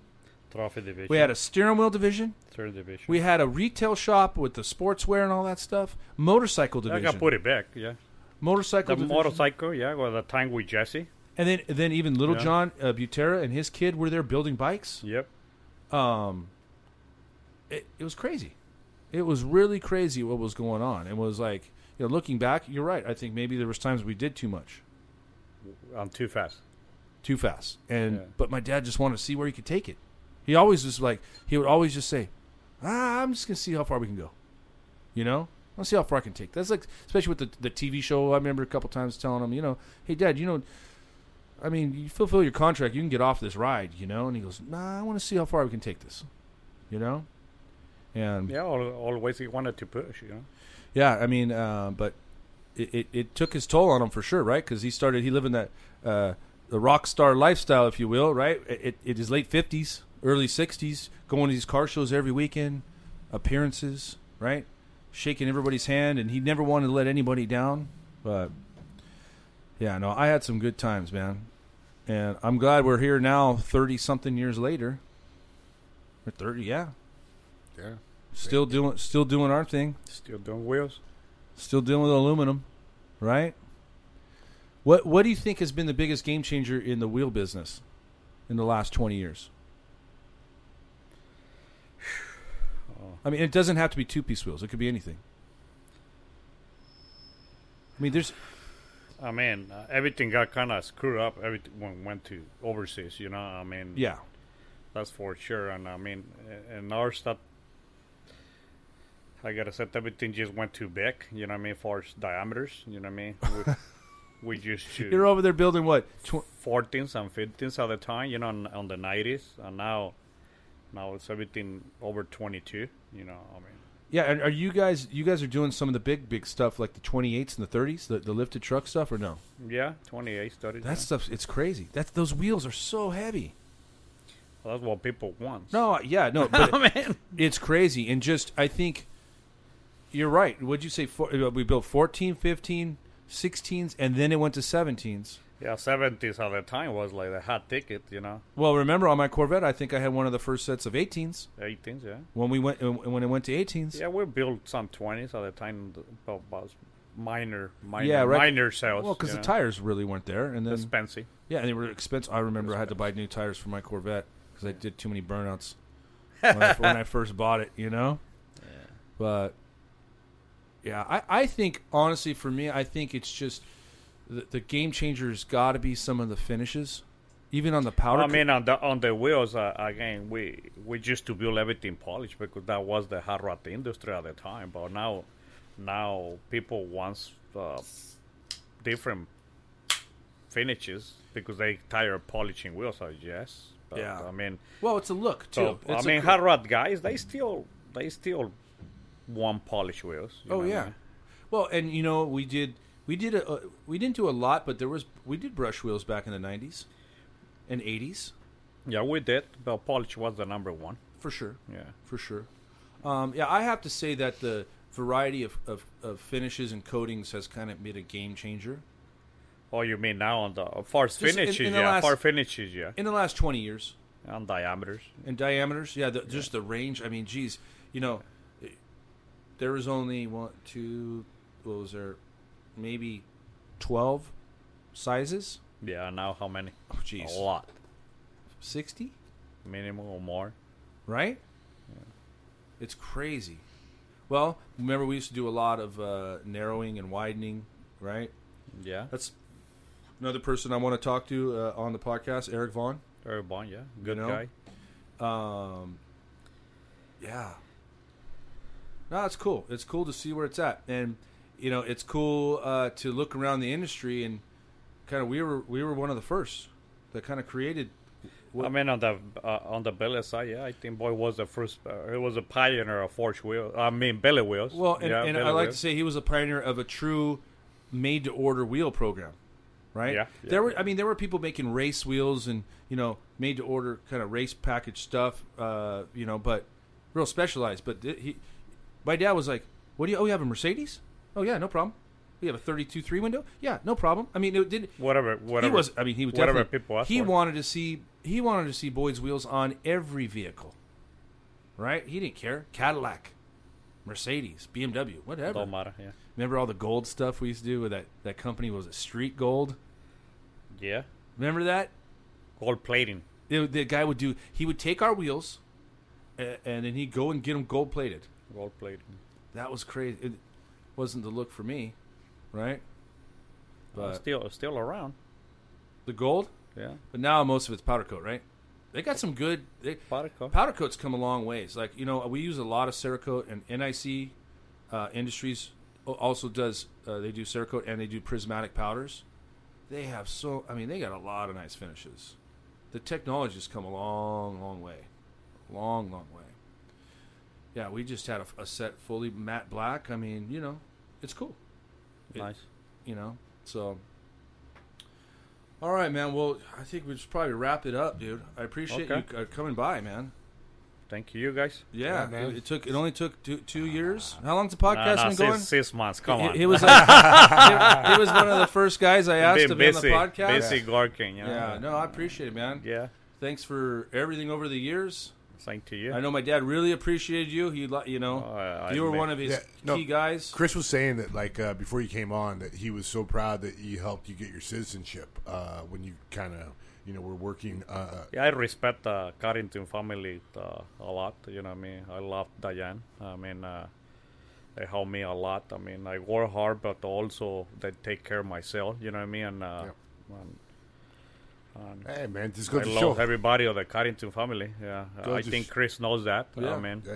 Speaker 1: Trophy division.
Speaker 3: we had a steering wheel division,
Speaker 1: third division.
Speaker 3: we had a retail shop with the sportswear and all that stuff, motorcycle
Speaker 1: I
Speaker 3: division,
Speaker 1: can put it back. Yeah.
Speaker 3: motorcycle
Speaker 1: The
Speaker 3: division,
Speaker 1: motorcycle. Yeah. Well, the time with Jesse.
Speaker 3: and then then even Little
Speaker 1: Yeah.
Speaker 3: John uh, Butera and his kid were there building bikes.
Speaker 1: Yep.
Speaker 3: Um, it, it was crazy. It was really crazy what was going on. It was like you know, looking back, you're right. I think maybe there was times we did too much.
Speaker 1: I'm too fast.
Speaker 3: too fast. And
Speaker 1: Yeah.
Speaker 3: but my dad just wanted to see where he could take it. He always was like he would always just say, ah, "I'm just gonna see how far we can go," you know. Let's see how far I can take. That's like, especially with the, the TV show. I remember a couple times telling him, you know, hey, Dad, you know, I mean, you fulfill your contract, you can get off this ride, you know. And he goes, Nah, I want to see how far we can take this, you know. And
Speaker 1: Yeah, al- always he wanted to push, you know.
Speaker 3: yeah, I mean, uh, but it, it, it took his toll on him for sure, right? Because he started he living that uh, the rock star lifestyle, if you will, right? It, it, it is late fifties, early sixties, going to these car shows every weekend, appearances, right? Shaking everybody's hand, and he never wanted to let anybody down. But yeah, no, I had some good times, man, and I'm glad we're here now, thirty something years later. Or thirty, yeah,
Speaker 2: Yeah.
Speaker 3: still doing still doing our thing
Speaker 1: Still doing wheels.
Speaker 3: still dealing with aluminum, right? What What do you think has been the biggest game changer in the wheel business in the last twenty years? I mean, it doesn't have to be two piece wheels; it could be anything. I mean, there's
Speaker 1: I mean, uh, everything got kind of screwed up. Everyone went to overseas, you know. I mean,
Speaker 3: yeah,
Speaker 1: that's for sure. And I mean, a- and our stuff, I gotta say, everything just went too big. You know what I mean? For its diameters, you know what I mean? We, we just shoot
Speaker 3: you're over there building what? Tw-
Speaker 1: 14s and 15s at the time, you know, on, on the 90s, and now, now it's everything over 22. You know, I mean,
Speaker 3: yeah, and are you guys? You guys are doing some of the big, big stuff like the 28s and the 30s, the, the lifted truck stuff, or no?
Speaker 1: yeah, 28 studies.
Speaker 3: That stuff's it's crazy. That's those wheels are so heavy.
Speaker 1: that's what people want.
Speaker 3: No, yeah, no, but
Speaker 1: man.
Speaker 3: it's crazy and just i think you're right would you say four, uh, we built 14 15 16s and then it went to 17s
Speaker 1: Yeah, 70s at the time was like a hot ticket, you know,
Speaker 3: well remember on my corvette i think i had one of the first sets of 18s
Speaker 1: 18s, yeah.
Speaker 3: when we went uh, when it went to 18s
Speaker 1: Yeah, we built some 20s at the time, but was minor, minor,
Speaker 3: Yeah, right.
Speaker 1: minor sales.
Speaker 3: well because
Speaker 1: you
Speaker 3: the
Speaker 1: know.
Speaker 3: tires really weren't there and then
Speaker 1: expensive.
Speaker 3: yeah and they were expensive i remember i had to buy new tires for my corvette because i did too many burnouts when, I, when i first bought it you know but yeah I, I think honestly for me i think it's just the, the game changer has got to be some of the finishes even on the powder
Speaker 1: I
Speaker 3: coat-
Speaker 1: mean, on the on the wheels uh, again, we we used to build everything polished because that was the hard rod industry at the time. But now, now people want uh, different finishes because they tire polishing wheels. I guess. But,
Speaker 3: Yeah.
Speaker 1: I mean,
Speaker 3: well it's a look too
Speaker 1: so I
Speaker 3: It's a
Speaker 1: mean,
Speaker 3: cool-
Speaker 1: hard rod guys, they still they still want polished wheels. you know
Speaker 3: oh
Speaker 1: what I
Speaker 3: yeah
Speaker 1: mean?
Speaker 3: well and you know we did we did a, a we didn't do a lot but there was we did brush wheels back in the 90s and 80s
Speaker 1: Yeah, we did. But polish was the number one.
Speaker 3: for sure
Speaker 1: Yeah.
Speaker 3: for sure. Um, yeah, I have to say that the variety of, of, of finishes and coatings has kind of made a game changer
Speaker 1: Oh, you mean now on the first
Speaker 3: Just in-
Speaker 1: finishes?
Speaker 3: in the
Speaker 1: yeah,
Speaker 3: last-
Speaker 1: far finishes. Yeah,
Speaker 3: in the last twenty years.
Speaker 1: on diameters.
Speaker 3: And diameters, yeah, the, just the range. I mean, geez, you know, it- there was only one, two, what was there, maybe twelve sizes.
Speaker 1: Yeah, now how many?
Speaker 3: Oh, geez,
Speaker 1: A lot.
Speaker 3: sixty,
Speaker 1: Minimum or more.
Speaker 3: right? It's crazy. Well, remember we used to do a lot of uh, narrowing and widening, right?
Speaker 1: Yeah.
Speaker 3: That's another person I want to talk to uh, on the podcast, Eric Vaughn.
Speaker 1: Very bon, yeah. Good
Speaker 3: know?
Speaker 1: guy.
Speaker 3: Um, yeah. No, it's cool. It's cool to see where it's at, and you know, it's cool uh, to look around the industry and kind of we were we were one of the first that kind of created. What,
Speaker 1: I mean, on the uh, on the belly side, yeah, I think boy was the first. Uh, it was a pioneer of forged wheels. I mean, belly wheels.
Speaker 3: well, and,
Speaker 1: yeah,
Speaker 3: and I
Speaker 1: belly
Speaker 3: like to
Speaker 1: wheels.
Speaker 3: say he was a pioneer of a true made-to-order wheel program, right?
Speaker 1: Yeah, yeah.
Speaker 3: There were, I mean, there were people making race wheels and you know made-to-order kind of race package stuff, uh, you know, but real specialized. But th- he, my dad was like, "What do you? Oh, you have a Mercedes? Oh yeah, no problem. We have a 32-3 window. Yeah, no problem. I mean, it did.
Speaker 1: whatever, whatever.
Speaker 3: He was. I mean, he was
Speaker 1: whatever
Speaker 3: definitely.
Speaker 1: people ask
Speaker 3: he
Speaker 1: for.
Speaker 3: wanted to see. He wanted to see Boyd's wheels on every vehicle. Right? He didn't care. Cadillac, Mercedes, BMW, whatever.
Speaker 1: Don't matter. Yeah.
Speaker 3: Remember all the gold stuff we used to do with that that company was it Street Gold?
Speaker 1: Yeah.
Speaker 3: Remember that?
Speaker 1: Gold plating.
Speaker 3: The, the guy would do. He would take our wheels, and, and then he'd go and get them gold plated.
Speaker 1: Gold plating.
Speaker 3: That was crazy. It wasn't the look for me, right? But
Speaker 1: Uh, still, still around.
Speaker 3: the gold.
Speaker 1: Yeah.
Speaker 3: But now most of it's powder coat, right? They got some good. They,
Speaker 1: Particle.
Speaker 3: Powder coat's come a long ways. Like you know, we use a lot of Cerakote and NIC. uh, Industries al- also does. Uh, they do Cerakote and they do prismatic powders. They have so. I mean, they got a lot of nice finishes. The technology's come a long, long way, long, long way. Yeah, we just had a, a set fully matte black. I mean, you know, it's cool It-
Speaker 1: nice.
Speaker 3: you know. So, all right, man. Well, I think we should probably wrap it up, dude. I appreciate
Speaker 1: Okay.
Speaker 3: you uh, coming by, man.
Speaker 1: Thank you, guys.
Speaker 3: Yeah,
Speaker 2: Yeah, man. Uh,
Speaker 3: It, it took. It only took two, two years. How long's the
Speaker 1: Nah,
Speaker 3: podcast
Speaker 1: nah,
Speaker 3: been
Speaker 1: six,
Speaker 3: going?
Speaker 1: six months. Come on.
Speaker 3: He, he was. Like, he, he was one of the first guys I asked to
Speaker 1: been
Speaker 3: be on the
Speaker 1: busy,
Speaker 3: podcast.
Speaker 1: busy gorking. You know?
Speaker 3: Yeah, no, I appreciate it, man.
Speaker 1: Yeah,
Speaker 3: Thanks for everything over the years.
Speaker 1: same to you.
Speaker 3: I know my dad really appreciated you. He, li- you know,
Speaker 1: Oh, I- I
Speaker 3: you were
Speaker 1: admit-
Speaker 3: one of his
Speaker 2: Yeah, no.
Speaker 3: key guys.
Speaker 2: Chris was saying that, like, uh, before you came on, that he was so proud that he helped you get your citizenship uh, when you kind of, you know, were working. Uh,
Speaker 1: Yeah, I respect the Carrington family uh, a lot. You know, what I mean, I love Diane. I mean, uh, they help me a lot. I mean, I work hard, but also they take care of myself. You know what I mean? And, uh, and
Speaker 2: hey, man, just
Speaker 1: I
Speaker 2: go to
Speaker 1: love
Speaker 2: show.
Speaker 1: everybody of the Carrington family. Yeah,
Speaker 2: Go
Speaker 1: I
Speaker 2: to
Speaker 1: think
Speaker 2: sh-
Speaker 1: Chris knows that.
Speaker 3: Yeah.
Speaker 1: I mean,
Speaker 2: yeah.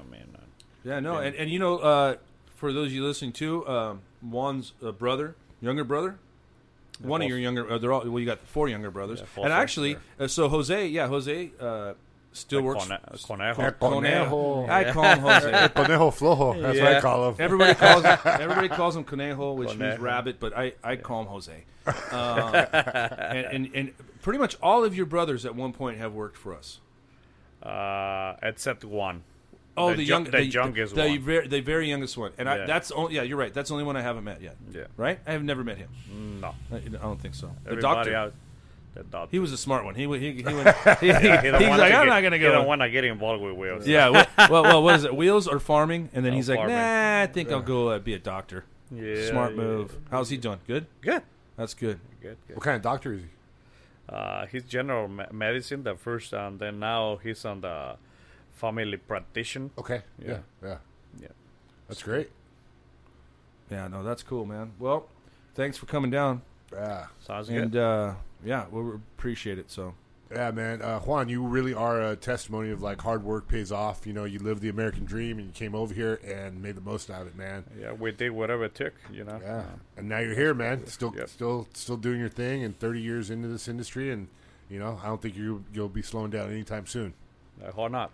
Speaker 1: I mean, uh,
Speaker 3: Yeah, no, and, and you know, uh, for those of you listening too, um, Juan's uh, brother, younger brother, one of
Speaker 1: both-
Speaker 3: your younger, uh, they're all well, you got four younger brothers,
Speaker 1: Yeah, both
Speaker 3: and
Speaker 1: are,
Speaker 3: actually, uh, so Jose, yeah, Jose uh, still works.
Speaker 1: Cone- Conejo.
Speaker 2: Yeah, Conejo.
Speaker 3: I call him Jose.
Speaker 2: Conejo flojo. That's what
Speaker 1: Yeah.
Speaker 2: I call him.
Speaker 3: Everybody calls him, everybody calls him Conejo, which means
Speaker 1: Conejo.
Speaker 3: rabbit, but I, I call him Jose. Um, and, and and pretty much all of your brothers at one point have worked for us.
Speaker 1: uh, except one.
Speaker 3: Oh, the,
Speaker 1: The
Speaker 3: young,
Speaker 1: ju- the youngest
Speaker 3: the,
Speaker 1: one.
Speaker 3: Very, the very youngest one, and I,
Speaker 1: Yeah.
Speaker 3: that's only yeah, you're right. That's the only one I haven't met yet.
Speaker 1: Yeah. Mm,
Speaker 3: right? I have never met him.
Speaker 1: No,
Speaker 3: I I don't think so. The
Speaker 1: everybody
Speaker 3: doctor,
Speaker 1: else. The doctor.
Speaker 3: he was a smart one. He wa- he, he went. He,
Speaker 1: He
Speaker 3: he's
Speaker 1: don't wanna
Speaker 3: like, I'm
Speaker 1: get-
Speaker 3: not gonna
Speaker 1: He don't
Speaker 3: go.
Speaker 1: want to get involved with wheels.
Speaker 3: Yeah. wh- Well, well, what is it? Wheels or farming? And then
Speaker 1: Oh,
Speaker 3: he's like,
Speaker 1: farming.
Speaker 3: Nah, I think I'll go uh, be a doctor.
Speaker 1: Yeah,
Speaker 3: smart
Speaker 1: yeah.
Speaker 3: move. How's he doing? Good.
Speaker 1: Good.
Speaker 3: That's good.
Speaker 1: Good. Good.
Speaker 2: What kind of doctor is he?
Speaker 1: uh, his general me- medicine the first and then now he's on the family practitioner
Speaker 2: Okay. Yeah.
Speaker 1: Yeah.
Speaker 2: Yeah.
Speaker 1: Yeah.
Speaker 2: That's great.
Speaker 3: Yeah. No, that's cool, man. Well, thanks for coming down,
Speaker 2: Yeah.
Speaker 1: sounds good
Speaker 3: and uh, yeah, we we appreciate it. So
Speaker 2: Yeah, man, uh, Juan, you really are a testimony of like hard work pays off. You know, you lived the American dream, and you came over here and made the most out of it, man.
Speaker 1: yeah we did whatever it took you know
Speaker 2: Yeah, Um, and now you're here, man. Still,
Speaker 1: Yep.
Speaker 2: still, still doing your thing, and 30 years into this industry, and you know, I don't think you you'll be slowing down anytime soon.
Speaker 1: uh, why not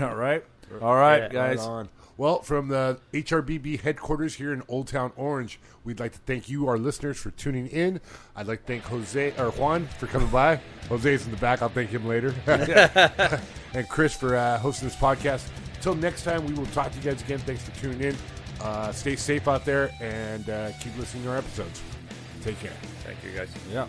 Speaker 3: all right, all right,
Speaker 1: Yeah.
Speaker 3: guys.
Speaker 2: on. Well, from the HRBB headquarters here in Old Town Orange, we'd like to thank you, our listeners, for tuning in. I'd like to thank Jose or Juan for coming by. Jose's in the back. I'll thank him later. and Chris for uh, hosting this podcast. Until next time, we will talk to you guys again. Thanks for tuning in. Uh, stay safe out there and uh, keep listening to our episodes. Take care.
Speaker 1: thank you guys
Speaker 3: Yeah.